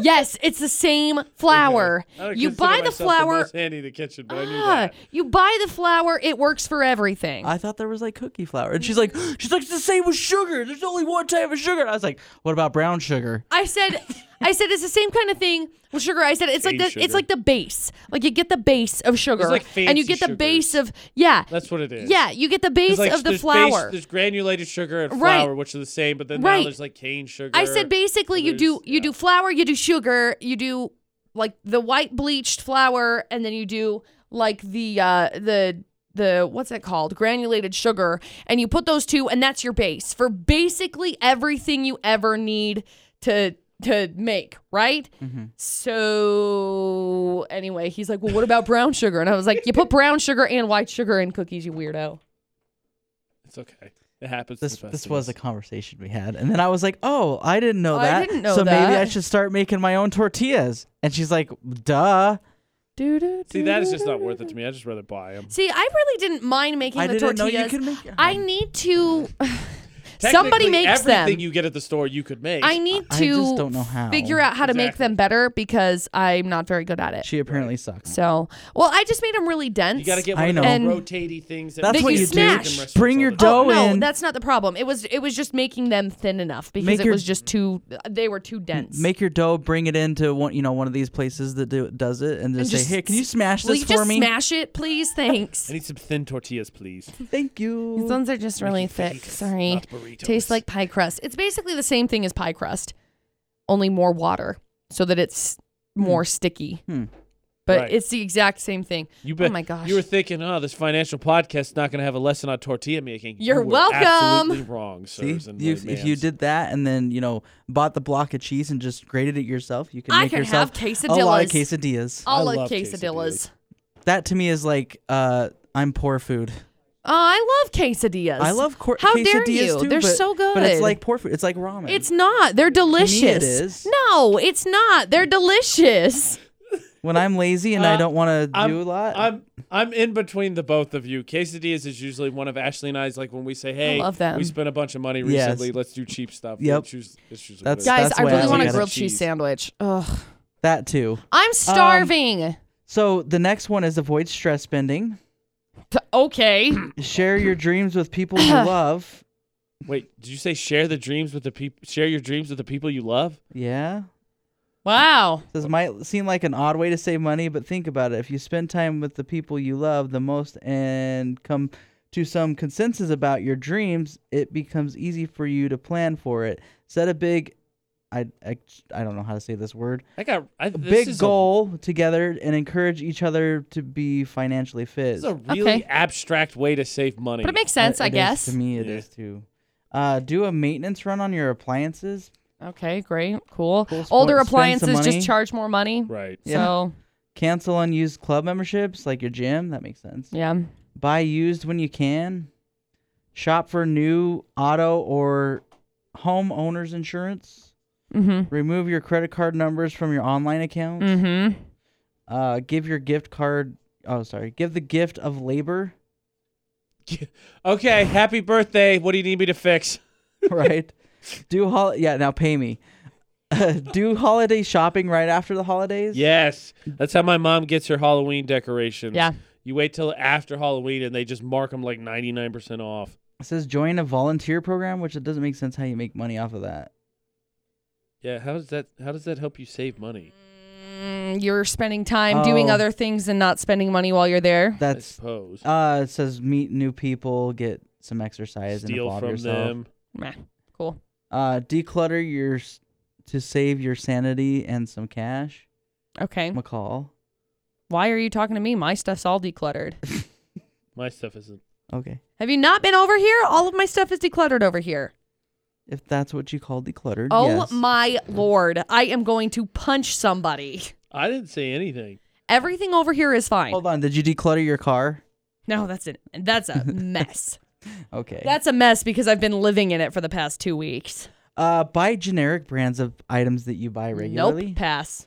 Speaker 2: yes, it's the same flour.
Speaker 1: I don't
Speaker 2: You
Speaker 1: consider
Speaker 2: buy the
Speaker 1: myself The
Speaker 2: flour.
Speaker 1: most handy in the kitchen, but I knew
Speaker 2: Ah,
Speaker 1: that.
Speaker 2: you buy the flour, it works for everything.
Speaker 3: I thought there was like cookie flour, and she's like, she's like it's the same with sugar. There's only one type of sugar. And I was like, what about brown sugar?
Speaker 2: I said, I said it's the same kind of thing with sugar. I said it's like the,
Speaker 1: Cane sugar.
Speaker 2: it's like the base. Like you get the base of sugar,
Speaker 1: like
Speaker 2: and you
Speaker 1: fancy
Speaker 2: get the
Speaker 1: sugar.
Speaker 2: base of yeah,
Speaker 1: That's what it is.
Speaker 2: yeah. You get the base
Speaker 1: It's like
Speaker 2: of the
Speaker 1: there's base-
Speaker 2: flour.
Speaker 1: there's granulated sugar and
Speaker 2: Right.
Speaker 1: flour, which are the same, but then
Speaker 2: Right.
Speaker 1: now there's like cane sugar.
Speaker 2: I said basically you do
Speaker 1: there's-
Speaker 2: you do
Speaker 1: yeah.
Speaker 2: flour, you do sugar, you do like the white bleached flour, and then you do like the uh the the what's it called granulated sugar and you put those two and that's your base for basically everything you ever need to to make right
Speaker 1: Mm-hmm.
Speaker 2: so anyway he's like well what about brown sugar and i was like you put brown sugar and white sugar in cookies you weirdo
Speaker 1: It's okay. It happens.
Speaker 3: This
Speaker 1: to the best
Speaker 3: this
Speaker 1: of
Speaker 3: was a
Speaker 1: us.
Speaker 3: conversation we had, and then I was like, oh, I didn't know
Speaker 2: I
Speaker 3: that.
Speaker 2: didn't know
Speaker 3: so maybe I
Speaker 2: that.
Speaker 3: should start making my own tortillas. And she's like, duh.
Speaker 1: See, that is just not worth it to me. I just rather buy them.
Speaker 2: see i really didn't mind making
Speaker 3: I
Speaker 2: the
Speaker 3: didn't know
Speaker 2: tortillas
Speaker 3: you could make. your
Speaker 2: I
Speaker 3: own.
Speaker 2: need to. Somebody makes them.
Speaker 1: Everything you get at the store, you could make.
Speaker 2: I need to
Speaker 3: I just don't know how.
Speaker 2: figure out how to make
Speaker 1: Exactly.
Speaker 2: them better because I'm not very good at it.
Speaker 3: She apparently sucks.
Speaker 2: So, well, I just made them really dense.
Speaker 1: You got to get
Speaker 3: I
Speaker 1: one of those
Speaker 2: know.
Speaker 1: rotatey things. That
Speaker 3: That's
Speaker 2: That
Speaker 3: what
Speaker 2: you
Speaker 3: you,
Speaker 2: smash.
Speaker 3: do. Bring your
Speaker 2: Oh
Speaker 3: dough
Speaker 2: no,
Speaker 3: in.
Speaker 2: that's not the problem. It was it was just making them thin enough because
Speaker 3: Make
Speaker 2: it
Speaker 3: your-
Speaker 2: was just too. They were too dense.
Speaker 3: Make your dough, bring it into one, you know, one of these places that do, does it, and just,
Speaker 2: just
Speaker 3: say, "Hey, can you smash
Speaker 2: Will
Speaker 3: this
Speaker 2: you
Speaker 3: for
Speaker 2: just
Speaker 3: me?"
Speaker 2: smash it, please? Thanks.
Speaker 1: I need some thin tortillas, please.
Speaker 3: Thank you.
Speaker 2: These ones are just really thick.
Speaker 1: cakes,
Speaker 2: Sorry.
Speaker 1: not burritos.
Speaker 2: Tastes like pie crust. It's basically the same thing as pie crust, only more water so that it's more sticky.
Speaker 3: Hmm.
Speaker 2: But
Speaker 1: Right.
Speaker 2: it's the exact same thing.
Speaker 1: You
Speaker 2: Oh
Speaker 1: bet.
Speaker 2: my gosh.
Speaker 1: You were thinking, oh, this financial podcast's not going to have a lesson on tortilla making.
Speaker 2: You're
Speaker 1: you were
Speaker 2: welcome.
Speaker 1: Absolutely wrong,
Speaker 3: See,
Speaker 1: sirs and
Speaker 3: you,
Speaker 1: lady
Speaker 3: if you
Speaker 1: ma'ams.
Speaker 3: did that and then you know bought the block of cheese and just grated it yourself, you can
Speaker 2: I
Speaker 3: make
Speaker 2: can
Speaker 3: yourself
Speaker 2: have
Speaker 3: a lot of
Speaker 2: quesadillas.
Speaker 3: quesadillas.
Speaker 2: All
Speaker 1: I
Speaker 2: of
Speaker 1: love
Speaker 2: quesadillas.
Speaker 1: quesadillas.
Speaker 3: That to me is like uh, I'm poor food.
Speaker 2: Oh, I love quesadillas.
Speaker 3: I love cor-
Speaker 2: How
Speaker 3: quesadillas
Speaker 2: dare you?
Speaker 3: too,
Speaker 2: They're
Speaker 3: but-
Speaker 2: so good.
Speaker 3: But it's like poor food. It's like ramen.
Speaker 2: It's not. They're delicious.
Speaker 3: is.
Speaker 2: No, it's not. They're delicious.
Speaker 3: when I'm lazy and
Speaker 1: Uh,
Speaker 3: I don't want to
Speaker 1: I'm,
Speaker 3: do a lot.
Speaker 1: I'm I'm in between the both of you. Quesadillas is usually one of Ashley and I's. Like when we say, "Hey,
Speaker 2: love them.
Speaker 1: we spent a bunch of money
Speaker 3: Yes.
Speaker 1: recently. Let's do cheap stuff."
Speaker 3: Yep.
Speaker 1: It's usually- it's usually
Speaker 3: That's-
Speaker 1: what it
Speaker 2: Guys, I
Speaker 3: the way I
Speaker 2: really want
Speaker 1: look
Speaker 2: a
Speaker 1: at it.
Speaker 2: grilled cheese
Speaker 1: Cheese.
Speaker 2: sandwich. Ugh.
Speaker 3: that too.
Speaker 2: I'm starving.
Speaker 3: Um, So the next one is avoid stress spending.
Speaker 2: T- okay.
Speaker 3: Share your dreams with people you love.
Speaker 1: is. Wait, did you say share the dreams with the people? Share your dreams with the people you love.
Speaker 3: Yeah.
Speaker 2: wow.
Speaker 3: This might seem like an odd way to save money, but think about it. If you spend time with the people you love the most and come to some consensus about your dreams, it becomes easy for you to plan for it. Set a big I, I, I don't know how to say this word.
Speaker 1: I got I,
Speaker 3: A
Speaker 1: this
Speaker 3: big
Speaker 1: is
Speaker 3: goal together and encourage each other to be financially fit.
Speaker 1: This is a
Speaker 2: Okay.
Speaker 1: really abstract way to save money.
Speaker 2: But it makes sense,
Speaker 3: Uh,
Speaker 2: I
Speaker 3: it is-
Speaker 2: guess.
Speaker 3: to me, it is
Speaker 1: Yeah.
Speaker 3: too. Uh, do a maintenance run on your appliances.
Speaker 2: Okay, great, cool.
Speaker 3: Cool, spo-
Speaker 2: Older
Speaker 3: spend some
Speaker 2: appliances
Speaker 3: money.
Speaker 2: just charge more money.
Speaker 1: right.
Speaker 3: Yeah.
Speaker 2: So
Speaker 3: Cancel unused club memberships, like your gym. That makes sense.
Speaker 2: yeah.
Speaker 3: buy used when you can shop for new auto or home owners insurance
Speaker 2: Mm-hmm.
Speaker 3: remove your credit card numbers from your online accounts
Speaker 1: Mm.
Speaker 2: Mm-hmm.
Speaker 3: uh, give your gift card oh sorry give the gift of labor
Speaker 1: Okay. Happy birthday. What do you need me to fix?
Speaker 3: right do hol- yeah now pay me do holiday shopping right after the holidays
Speaker 1: Yes, that's how my mom gets her Halloween decorations.
Speaker 2: Yeah.
Speaker 1: You wait till after Halloween and they just mark them like ninety nine percent off.
Speaker 3: it says join a volunteer program which it doesn't make sense how you make money off of that
Speaker 1: Yeah. How does that How does that help you save money?
Speaker 2: Mm, you're spending time doing
Speaker 3: Oh.
Speaker 2: other things and not spending money while you're there.
Speaker 1: I
Speaker 3: that's
Speaker 1: suppose.
Speaker 3: uh it says meet new people get some exercise and
Speaker 1: Steal
Speaker 3: involve
Speaker 1: from
Speaker 3: yourself
Speaker 1: them.
Speaker 2: Meh. Cool.
Speaker 3: Uh, declutter your s- to save your sanity and some cash.
Speaker 2: Okay.
Speaker 3: McCall.
Speaker 2: Why are you talking to me? My stuff's all decluttered.
Speaker 1: My stuff isn't.
Speaker 3: Okay,
Speaker 2: Have you not been over here? All of my stuff is decluttered over here.
Speaker 3: if that's what you call decluttered.
Speaker 2: Oh
Speaker 3: yes.
Speaker 2: my lord. I am going to punch somebody.
Speaker 1: I didn't say anything.
Speaker 2: Everything over here is fine.
Speaker 3: Hold on. Did you declutter your car?
Speaker 2: No, that's it. That's a mess.
Speaker 3: Okay.
Speaker 2: That's a mess because I've been living in it for the past two weeks.
Speaker 3: uh, buy generic brands of items that you buy regularly.
Speaker 2: Nope, pass.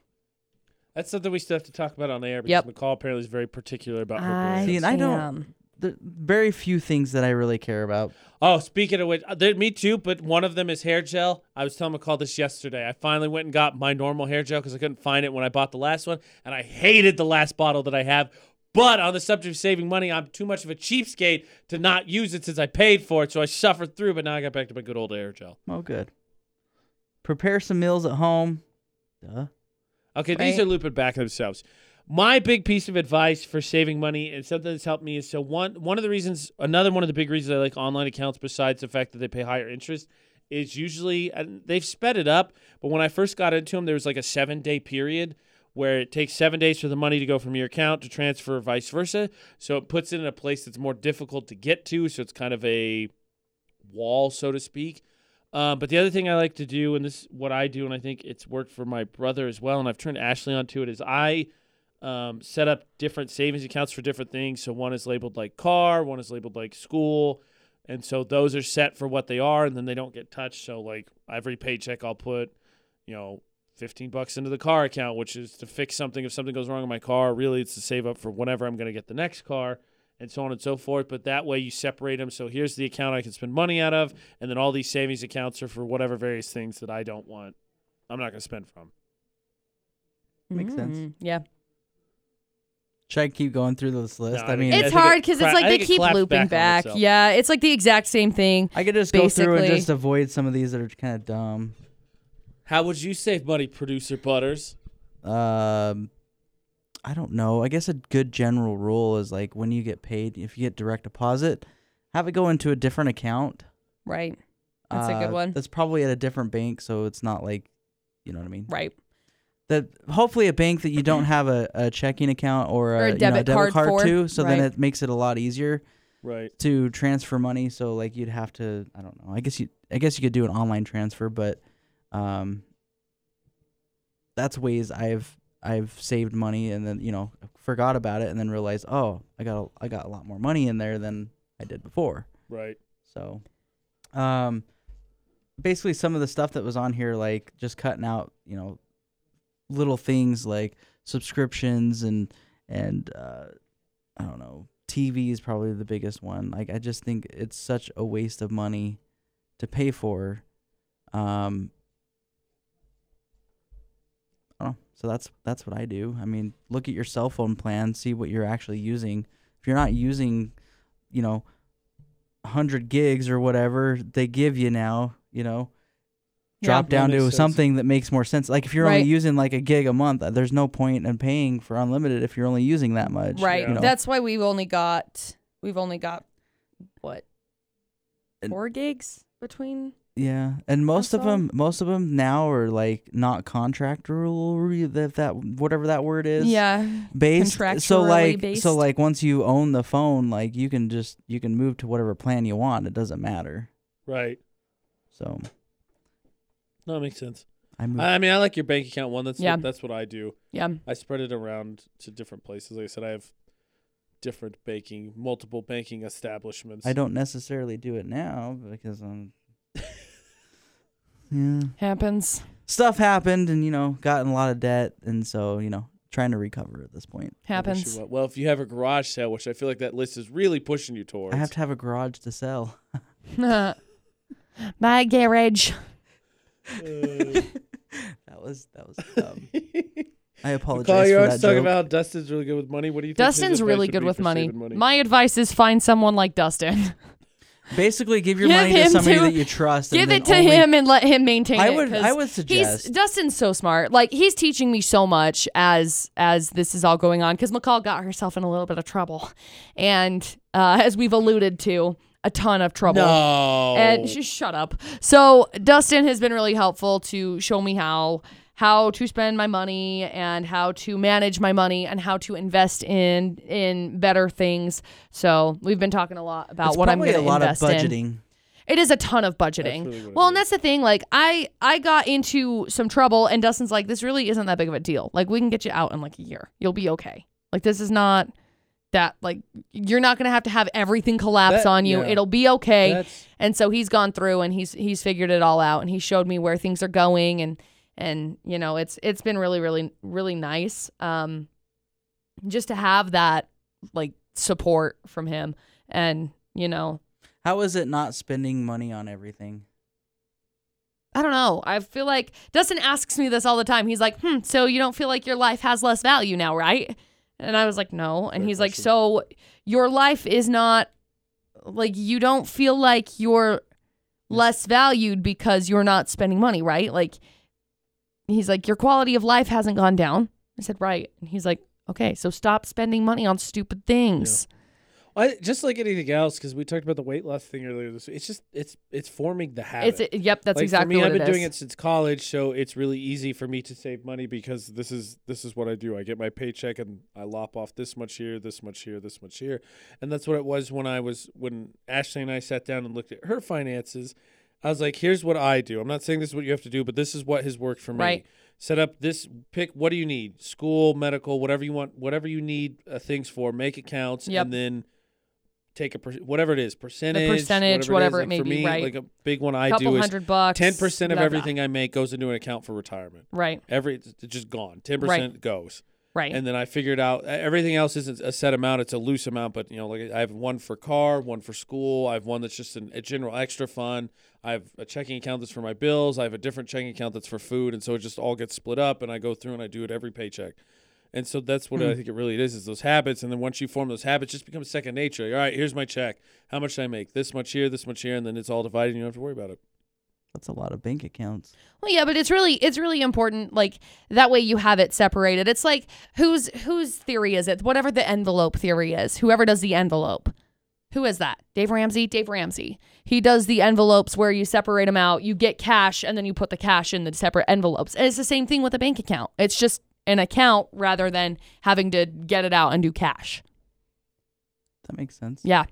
Speaker 1: That's something we still have to talk about on the air because
Speaker 2: Yep.
Speaker 1: McCall apparently is very particular about her
Speaker 2: I um,
Speaker 1: brands.
Speaker 3: See, and I don't-
Speaker 2: am.
Speaker 3: There very few things that I really care about.
Speaker 1: Oh, speaking of which, uh, there- me too, but one of them is hair gel. I was telling McCall this yesterday. I finally went and got my normal hair gel because I couldn't find it when I bought the last one, and I hated the last bottle that I have. But on the subject of saving money, I'm too much of a cheapskate to not use it since I paid for it, so I suffered through, but now I got back to my good old hair gel.
Speaker 3: Oh, good. Prepare some meals at home. Duh.
Speaker 1: Okay, these
Speaker 2: Right.
Speaker 1: are looping back themselves. My big piece of advice for saving money and something that's helped me is so one one of the reasons another one of the big reasons I like online accounts besides the fact that they pay higher interest is usually and they've sped it up, but when I first got into them there was like a 7-day period where it takes 7 days for the money to go from your account to transfer vice versa. So it puts it in a place that's more difficult to get to, so it's kind of a wall, so to speak. Um, but the other thing I like to do, and this is what I do, and I think it's worked for my brother as well, and I've turned Ashley onto it, is I um, set up different savings accounts for different things. So one is labeled like car, one is labeled like school. And so those are set for what they are, and then they don't get touched. So, like, every paycheck I'll put, you know, 15 bucks into the car account, which is to fix something if something goes wrong in my car. Really, it's to save up for whenever I'm going to get the next car and so on and so forth. But that way you separate them. So here's the account I can spend money out of, and then all these savings accounts are for whatever various things that I don't want. I'm not going to spend from.
Speaker 3: Makes sense.
Speaker 2: Mm, Yeah.
Speaker 3: Should I keep going through this list?
Speaker 1: No,
Speaker 3: I
Speaker 1: I
Speaker 3: mean,
Speaker 1: think-
Speaker 2: It's
Speaker 1: it
Speaker 2: hard because
Speaker 1: cla-
Speaker 2: it's like
Speaker 1: I
Speaker 2: they
Speaker 1: think it
Speaker 2: keep
Speaker 1: claps
Speaker 2: looping
Speaker 1: back on
Speaker 2: back.
Speaker 1: itself.
Speaker 2: Yeah, it's like the exact same thing.
Speaker 3: I could just go through and
Speaker 2: basically-
Speaker 3: just avoid some of these that are kind of dumb.
Speaker 1: How would you save money, producer Butters?
Speaker 3: Um, I don't know. I guess a good general rule is like when you get paid, if you get direct deposit, have it go into a different account.
Speaker 2: Right. That's a good
Speaker 3: Uh,
Speaker 2: one.
Speaker 3: That's probably at a different bank, so it's not like, you know what I mean.
Speaker 2: Right.
Speaker 3: That hopefully a bank that you don't have a, a checking account or a,
Speaker 2: a
Speaker 3: you know,
Speaker 2: debit card
Speaker 3: debit card,
Speaker 2: for,
Speaker 3: to, so then
Speaker 2: right.
Speaker 3: it makes it a lot easier
Speaker 1: Right.
Speaker 3: to transfer money. So like you'd have to, I don't know. I guess you, I guess you could do an online transfer, but, um, that's ways I've I've saved money and then you know forgot about it and then realized oh I got a, I got a lot more money in there than I did before.
Speaker 1: Right.
Speaker 3: So, um, basically, some of the stuff that was on here, like just cutting out, you know, little things like subscriptions and and uh, I don't know, TV is probably the biggest one. Like, I just think it's such a waste of money to pay for. Um, I don't know. So that's that's what I do. I mean, look at your cell phone plan, see what you're actually using. If you're not using, you know, 100 gigs or whatever they give you now, you know, drop
Speaker 1: that
Speaker 3: down to
Speaker 1: makes sense.
Speaker 3: something that makes more sense. Like if you're
Speaker 2: Right.
Speaker 3: only using like a gig a month, uh, there's no point in paying for unlimited if you're only using that much.
Speaker 2: Right.
Speaker 1: Yeah.
Speaker 2: That's why we've only got we've only got what
Speaker 3: And-
Speaker 2: four gigs between.
Speaker 3: Yeah. And most of
Speaker 2: so.
Speaker 3: them most of them now are like not contractual that that whatever that word is.
Speaker 2: yeah.
Speaker 3: Based. So
Speaker 2: Contractually
Speaker 3: like
Speaker 2: based.
Speaker 3: so like once you own the phone, like you can just you can move to whatever plan you want. It doesn't matter.
Speaker 1: Right.
Speaker 3: So
Speaker 1: No, that makes sense.
Speaker 3: I moved
Speaker 1: I I mean, I like your bank account one. That's
Speaker 2: Yeah.
Speaker 1: what, that's what I do.
Speaker 2: Yeah.
Speaker 1: I spread it around to different places. Like I said, I have different banking, multiple banking establishments.
Speaker 3: I don't necessarily do it now because I'm. yeah.
Speaker 2: Happens.
Speaker 3: Stuff happened and, you know, got in a lot of debt. And so, you know, trying to recover at this point.
Speaker 1: I wish you
Speaker 2: Happens.
Speaker 1: well. Well, if you have a garage sale, which I feel like that list is really pushing you towards.
Speaker 3: I have to have a garage to sell.
Speaker 2: My garage.
Speaker 3: That was, that was dumb.
Speaker 1: Um,
Speaker 3: I apologize.
Speaker 1: Call
Speaker 3: for
Speaker 1: you're
Speaker 3: that
Speaker 1: always talking
Speaker 3: joke.
Speaker 1: about how Dustin's really good with money. What do you think? his
Speaker 2: Dustin's
Speaker 1: advice
Speaker 2: really
Speaker 1: would
Speaker 2: good
Speaker 1: be
Speaker 2: with
Speaker 1: for
Speaker 2: money.
Speaker 1: saving
Speaker 2: My advice is find someone like Dustin.
Speaker 3: Basically, give your
Speaker 2: Give
Speaker 3: money to
Speaker 2: him
Speaker 3: somebody
Speaker 2: to-
Speaker 3: that you trust.
Speaker 2: Give
Speaker 3: and then
Speaker 2: it to
Speaker 3: only-
Speaker 2: him and let him maintain
Speaker 3: I
Speaker 2: it,
Speaker 3: would,
Speaker 2: 'cause
Speaker 3: I would
Speaker 2: He's
Speaker 3: suggest.
Speaker 2: Dustin's so smart. Like he's teaching me so much as as this is all going on because McCall got herself in a little bit of trouble, and uh, as we've alluded to, a ton of trouble.
Speaker 1: no.
Speaker 2: And just shut up. So Dustin has been really helpful to show me how how to spend my money and how to manage my money and how to invest in in better things. So we've been talking a lot about
Speaker 3: It's
Speaker 2: what I'm
Speaker 3: probably
Speaker 2: going to
Speaker 3: a lot of
Speaker 2: invest in.
Speaker 3: budgeting.
Speaker 2: It is a ton of budgeting.
Speaker 1: really what it
Speaker 2: well, and that's the thing. Like I I got into some trouble, and Dustin's like, this really isn't that big of a deal. Like we can get you out in like a year. You'll be okay. Like this is not that like you're not gonna have to have everything collapse
Speaker 1: That-
Speaker 2: on you.
Speaker 1: yeah.
Speaker 2: It'll be okay.
Speaker 1: That's
Speaker 2: And so he's gone through and he's he's figured it all out and he showed me where things are going and and you know it's it's been really really really nice um just to have that like support from him and you know
Speaker 3: How is it not spending money on everything?
Speaker 2: I don't know. I feel like Dustin asks me this all the time. He's like, "Hmm, so you don't feel like your life has less value now, right?" And I was like, "No." And
Speaker 1: Fair
Speaker 2: he's like,
Speaker 1: question.
Speaker 2: "So your life is not like you don't feel like you're less valued because you're not spending money, right? Like he's like, "Your quality of life hasn't gone down." I said, "Right." And he's like, "Okay, so stop spending money on stupid things."
Speaker 1: I, just like anything else because we talked about the weight loss thing earlier this week. It's just it's it's forming the habit.
Speaker 2: It's yep, that's
Speaker 1: Like,
Speaker 2: exactly
Speaker 1: for me,
Speaker 2: what
Speaker 1: I've been
Speaker 2: it
Speaker 1: doing
Speaker 2: is.
Speaker 1: it since college, so it's really easy for me to save money because this is this is what I do. I get my paycheck and I lop off this much here, this much here, this much here, and that's what it was when I was when Ashley and I sat down and looked at her finances. I was like, "Here's what I do. I'm not saying this is what you have to do, but this is what has worked for me.
Speaker 2: Right.
Speaker 1: Set up this pick. What do you need? School, medical, whatever you want, whatever you need uh, things for. Make accounts,
Speaker 2: Yep.
Speaker 1: and then." Take a per- whatever it is percentage,
Speaker 2: percentage,
Speaker 1: is.
Speaker 2: whatever it
Speaker 1: Like,
Speaker 2: may
Speaker 1: for
Speaker 2: be,
Speaker 1: me,
Speaker 2: right.
Speaker 1: Like a big one I
Speaker 2: couple
Speaker 1: do is
Speaker 2: hundred bucks.
Speaker 1: Ten percent of
Speaker 2: blah, blah.
Speaker 1: everything I make goes into an account for retirement.
Speaker 2: Right,
Speaker 1: Every it's just gone. Ten percent goes,
Speaker 2: right.
Speaker 1: and then I figured out e, everything else isn't a set amount; it's a loose amount. But you know, like I have one for car, one for school. I have one that's just an, a general extra fund. I have a checking account that's for my bills. I have a different checking account that's for food, and so it just all gets split up. And I go through and I do it every paycheck. And so that's what I think it really is: is those habits. And then once you form those habits, it just becomes second nature. All right, here's my check. How much did I make? This much here, this much here, and then it's all divided. and You don't have to worry about it.
Speaker 3: That's a lot of bank accounts.
Speaker 2: Well, yeah, but it's really it's really important. Like that way, you have it separated. It's like whose whose theory is it? Whatever the envelope theory is, whoever does the envelope, who is that? Dave Ramsey. Dave Ramsey. He does the envelopes where you separate them out. You get cash, and then you put the cash in the separate envelopes. And it's the same thing with a bank account. It's just an account rather than having to get it out and do cash.
Speaker 3: That makes sense.
Speaker 2: Yeah,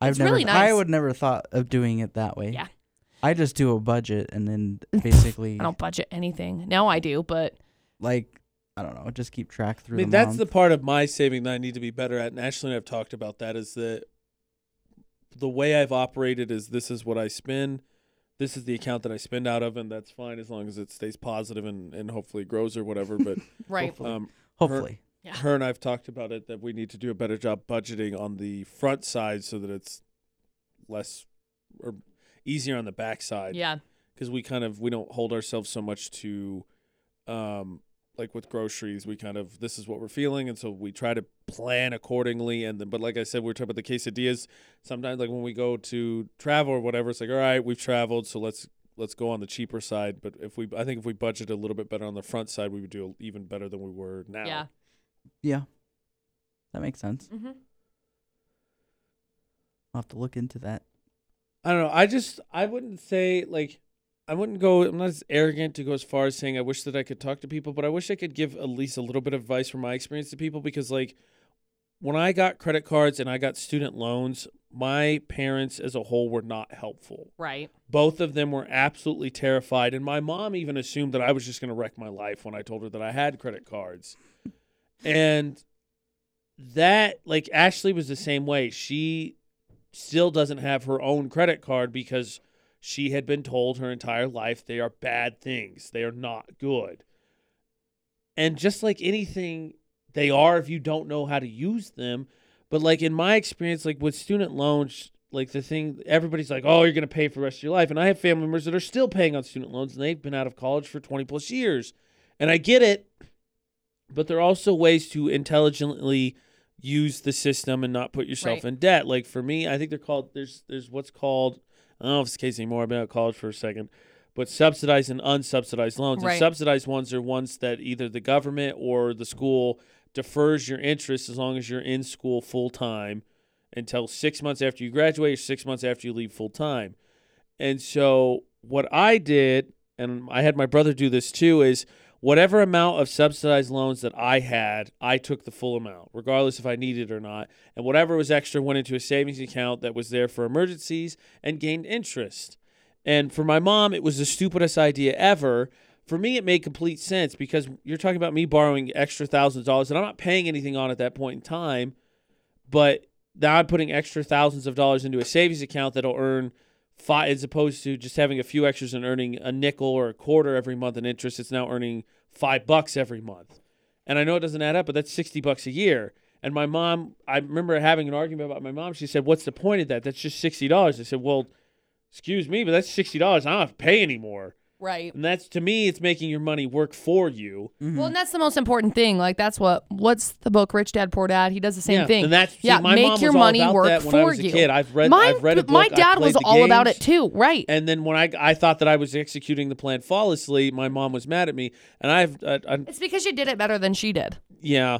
Speaker 3: I've
Speaker 2: It's
Speaker 3: never,
Speaker 2: really
Speaker 3: I
Speaker 2: nice.
Speaker 3: would never thought of doing it that way.
Speaker 2: Yeah.
Speaker 3: I just do a budget and then basically
Speaker 2: I don't budget anything now. I do, but
Speaker 3: like I don't know, just keep track through
Speaker 1: I mean,
Speaker 3: the
Speaker 1: that's
Speaker 3: month.
Speaker 1: the part of my saving that I need to be better at. And Ashley and I have talked about that is that the way I've operated is this is what I spend. This is the account that I spend out of, and that's fine as long as it stays positive and, and hopefully grows or whatever. But
Speaker 2: right.
Speaker 3: Hopefully.
Speaker 1: um,
Speaker 3: Hopefully.
Speaker 2: Yeah.
Speaker 1: her and I've talked about it that we need to do a better job budgeting on the front side so that it's less or easier on the back side
Speaker 2: Yeah,
Speaker 1: because we kind of we don't hold ourselves so much to um like with groceries we kind of this is what we're feeling and so we try to plan accordingly and then but like i said we are talking about the quesadillas sometimes like when we go to travel or whatever it's like all right we've traveled so let's let's go on the cheaper side but if we i think if we budget a little bit better on the front side we would do even better than we were now
Speaker 2: yeah.
Speaker 3: Yeah. That makes sense.
Speaker 2: Mm-hmm.
Speaker 3: I'll have to look into that.
Speaker 1: I don't know. I just I wouldn't say like I wouldn't go. I'm not as arrogant to go as far as saying I wish that I could talk to people, but I wish I could give at least a little bit of advice from my experience to people because like when I got credit cards and I got student loans, my parents as a whole were not helpful.
Speaker 2: Right.
Speaker 1: Both of them were absolutely terrified, and my mom even assumed that I was just going to wreck my life when I told her that I had credit cards. and that like Ashley was the same way. She still doesn't have her own credit card because she had been told her entire life they are bad things. They are not good. And just like anything, they are if you don't know how to use them. But like in my experience, like with student loans, like the thing everybody's like, oh, you're gonna pay for the rest of your life. And I have family members that are still paying on student loans and they've been out of college for 20 plus years. And I get it, but there are also ways to intelligently use the system and not put yourself
Speaker 2: Right.
Speaker 1: in debt. Like for me, I think they're called there's there's what's called I don't know if it's the case anymore. I've been out of college for a second. But subsidized and unsubsidized loans.
Speaker 2: Right.
Speaker 1: And subsidized ones are ones that either the government or the school defers your interest as long as you're in school full time until six months after you graduate or six months after you leave full time. And so what I did, and I had my brother do this too, is whatever amount of subsidized loans that I had, I took the full amount, regardless if I needed it or not. And whatever was extra went into a savings account that was there for emergencies and gained interest. And for my mom, it was the stupidest idea ever. For me, it made complete sense because you're talking about me borrowing extra thousands of dollars and I'm not paying anything on at that point in time, but now I'm putting extra thousands of dollars into a savings account that'll earn five as opposed to just having a few extras and earning a nickel or a quarter every month in interest it's now earning five bucks every month and i know it doesn't add up but that's 60 bucks a year and my mom i remember having an argument about my mom she said what's the point of that that's just $60 i said well excuse me but that's $60 i don't have to pay anymore
Speaker 2: Right.
Speaker 1: and that's to me it's making your money work for you
Speaker 2: Well, and that's the most important thing. Like that's what what's the book Rich Dad Poor Dad? He does the same
Speaker 1: Yeah,
Speaker 2: thing.
Speaker 1: and that's- see,
Speaker 2: yeah,
Speaker 1: my
Speaker 2: make
Speaker 1: mom
Speaker 2: your
Speaker 1: was all
Speaker 2: money
Speaker 1: about
Speaker 2: work
Speaker 1: that
Speaker 2: for
Speaker 1: when I was a
Speaker 2: you.
Speaker 1: kid. I've read-
Speaker 2: Mine-
Speaker 1: I've read a
Speaker 2: My
Speaker 1: book, I've
Speaker 2: dad was
Speaker 1: played the
Speaker 2: all about it
Speaker 1: games.
Speaker 2: too. Right.
Speaker 1: and then when I, I thought that I was executing the plan flawlessly, my mom was mad at me. And I've, I, I,
Speaker 2: it's because you did it better than she did.
Speaker 1: yeah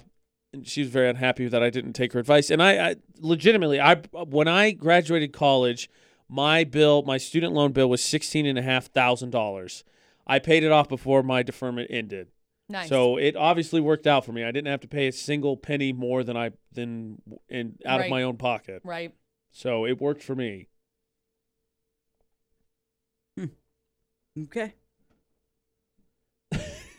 Speaker 1: and she was very unhappy that i didn't take her advice and i, I legitimately i when i graduated college my bill my student loan bill was sixteen and a half thousand dollars i paid it off before my deferment ended
Speaker 2: Nice.
Speaker 1: so it obviously worked out for me i didn't have to pay a single penny more than i than in out
Speaker 2: Right.
Speaker 1: of my own pocket
Speaker 2: right.
Speaker 1: so it worked for me
Speaker 3: Okay.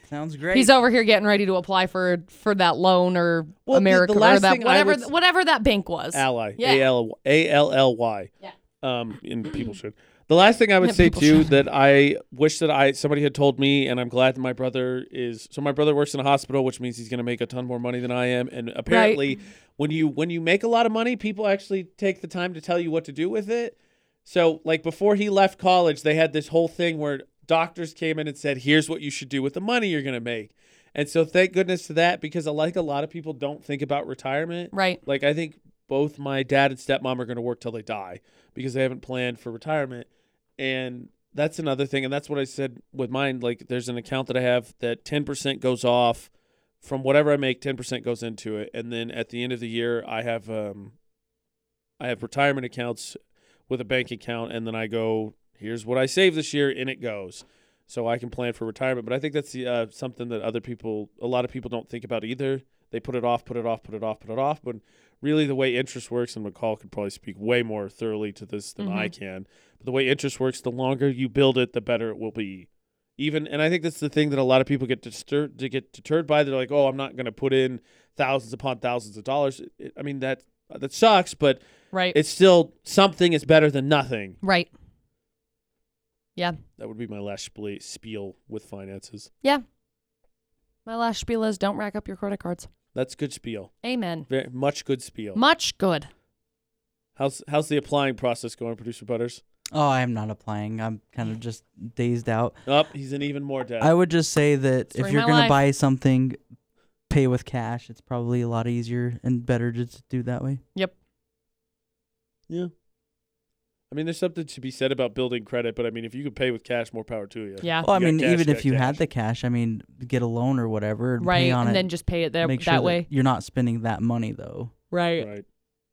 Speaker 3: Sounds great.
Speaker 2: He's over here getting ready to apply for for that loan or
Speaker 1: Well, the- the
Speaker 2: America or
Speaker 1: last
Speaker 2: that
Speaker 1: thing I
Speaker 2: whatever
Speaker 1: would s-
Speaker 2: whatever that bank was.
Speaker 1: Ally.
Speaker 2: Yeah.
Speaker 1: A L A L L Y.
Speaker 2: Yeah.
Speaker 1: Um, and people should. The last thing I would
Speaker 2: Yeah,
Speaker 1: say
Speaker 2: people
Speaker 1: too
Speaker 2: should.
Speaker 1: that I wish that I somebody had told me, and I'm glad that my brother is. So my brother works in a hospital, which means he's going to make a ton more money than I am. And apparently, when you when you make a lot of money, people actually take the time to tell you what to do with it. So like before he left college, they had this whole thing where doctors came in and said, "Here's what you should do with the money you're going to make." And so thank goodness to that because I like a lot of people don't think about retirement.
Speaker 2: Right.
Speaker 1: Like I think both my dad and stepmom are going to work till they die because they haven't planned for retirement, and that's another thing. And that's what I said with mine. Like there's an account that I have that 10% goes off from whatever I make. 10% goes into it, and then at the end of the year, I have um, I have retirement accounts with a bank account, and then I go here's what I saved this year, and it goes. So I can plan for retirement, but I think that's the, uh, something that other people, a lot of people, don't think about either. They put it off, put it off, put it off, put it off. But really the way interest works, and McCall could probably speak way more thoroughly to this than I can. But the way interest works, the longer you build it, the better it will be. Even and I think that's the thing that a lot of people get disturbed to get deterred by. They're like, "Oh, I'm not going to put in thousands upon thousands of dollars." It- it- I mean that that sucks, but
Speaker 2: Right.
Speaker 1: it's still something is better than nothing.
Speaker 2: right. Yeah.
Speaker 1: That would be my last spla- spiel with finances.
Speaker 2: Yeah. My last spiel is don't rack up your credit cards.
Speaker 1: That's good spiel.
Speaker 2: Amen.
Speaker 1: Very much good spiel.
Speaker 2: Much good.
Speaker 1: How's how's the applying process going, producer Butters?
Speaker 3: oh, I'm not applying. I'm kind of just dazed out.
Speaker 1: Up, he's in even more debt.
Speaker 3: I would just say that
Speaker 2: Story
Speaker 3: if
Speaker 2: of
Speaker 3: you're
Speaker 2: my
Speaker 3: gonna
Speaker 2: life.
Speaker 3: buy something, pay with cash. It's probably a lot easier and better just to do that way.
Speaker 1: Yeah. I mean, there's something to be said about building credit, but I mean, if you could pay with cash, more power to you.
Speaker 2: Yeah.
Speaker 3: Well, I
Speaker 1: You got
Speaker 3: mean,
Speaker 1: cash,
Speaker 3: even
Speaker 1: you
Speaker 3: if
Speaker 1: got
Speaker 3: you had
Speaker 1: cash.
Speaker 3: the cash, I mean, get a loan or whatever, and
Speaker 2: right.
Speaker 3: pay on
Speaker 2: And
Speaker 3: it.
Speaker 2: then just pay it that,
Speaker 3: Make sure
Speaker 2: that way.
Speaker 3: you're not spending that money though.
Speaker 2: Right.
Speaker 1: Right.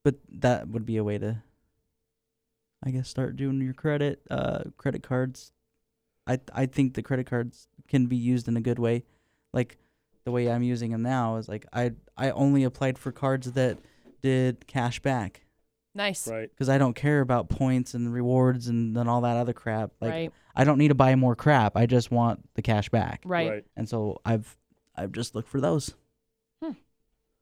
Speaker 3: But that would be a way to, I guess, start doing your credit, uh, credit cards. I I think the credit cards can be used in a good way, like the way I'm using them now is like I I only applied for cards that did cash back.
Speaker 2: Nice.
Speaker 1: Right.
Speaker 3: because I don't care about points and rewards and then all that other crap. Like
Speaker 2: right.
Speaker 3: I don't need to buy more crap. I just want the cash back.
Speaker 2: Right.
Speaker 3: And so I've I've just looked for those.
Speaker 2: Hmm.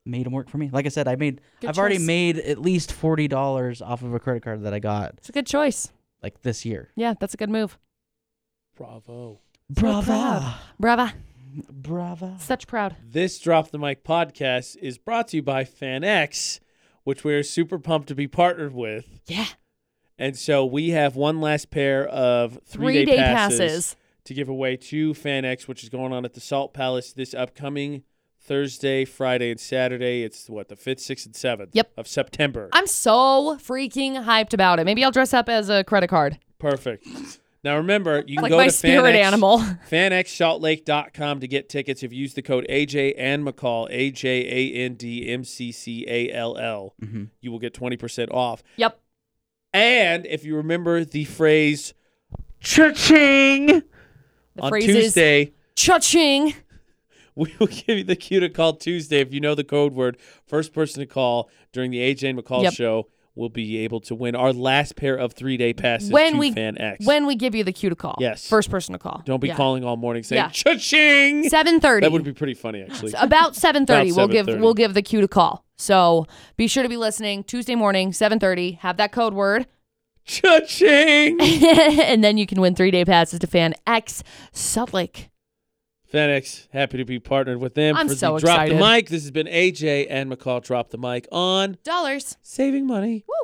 Speaker 3: Made them work for me. Like I said, I made
Speaker 2: Good
Speaker 3: I've already
Speaker 2: choice.
Speaker 3: made at least forty dollars off of a credit card that I got
Speaker 2: It's a good choice.
Speaker 3: like this year.
Speaker 2: Yeah, that's a good move.
Speaker 1: Bravo.
Speaker 3: Brava,
Speaker 2: Brava.
Speaker 3: brava.
Speaker 2: Such proud.
Speaker 1: This Drop the Mic podcast is brought to you by FanX, which we're super pumped to be partnered with.
Speaker 2: Yeah.
Speaker 1: And so we have one last pair of three-day
Speaker 2: Three-day
Speaker 1: passes. to give away to FanX, which is going on at the Salt Palace this upcoming Thursday, Friday, and Saturday. It's what the fifth, sixth, and seventh
Speaker 2: Yep.
Speaker 1: of September.
Speaker 2: I'm so freaking hyped about it. Maybe I'll dress up as a credit card.
Speaker 1: Perfect. Now remember, you can
Speaker 2: Like
Speaker 1: go
Speaker 2: my
Speaker 1: to
Speaker 2: spirit
Speaker 1: FanX,
Speaker 2: animal.
Speaker 1: FanXSaltLake.com to get tickets. If you use the code AJ and McCall, A J A N D M C C A L L,
Speaker 3: Mhm.
Speaker 1: you will get twenty percent off.
Speaker 2: Yep.
Speaker 1: And if you remember the phrase "cha-ching"
Speaker 2: The
Speaker 1: on
Speaker 2: phrase
Speaker 1: Tuesday,
Speaker 2: is cha-ching.
Speaker 1: We will give you the cue to call Tuesday if you know the code word. First person to call during the AJ McCall
Speaker 2: Yep.
Speaker 1: show will be able to win our last pair of three day passes
Speaker 2: When
Speaker 1: to
Speaker 2: we-
Speaker 1: Fan X.
Speaker 2: When we give you the cue to call.
Speaker 1: Yes.
Speaker 2: First person to call.
Speaker 1: Don't be
Speaker 2: Yeah.
Speaker 1: calling all morning saying
Speaker 2: Yeah.
Speaker 1: cha-ching.
Speaker 2: 7:30.
Speaker 1: That would be pretty funny actually.
Speaker 2: about 7:30 we'll give
Speaker 1: 7:30.
Speaker 2: we'll give the cue to call. So be sure to be listening Tuesday morning 7:30. Have that code word,
Speaker 1: Cha-ching.
Speaker 2: and then you can win three day passes to Fan X Salt Lake.
Speaker 1: FedEx, happy to be partnered with them
Speaker 2: I'm
Speaker 1: for
Speaker 2: so
Speaker 1: the Drop
Speaker 2: excited.
Speaker 1: the Mic. This has been AJ and McCall Drop the Mic on
Speaker 2: Dollars.
Speaker 1: Saving Money.
Speaker 2: Woo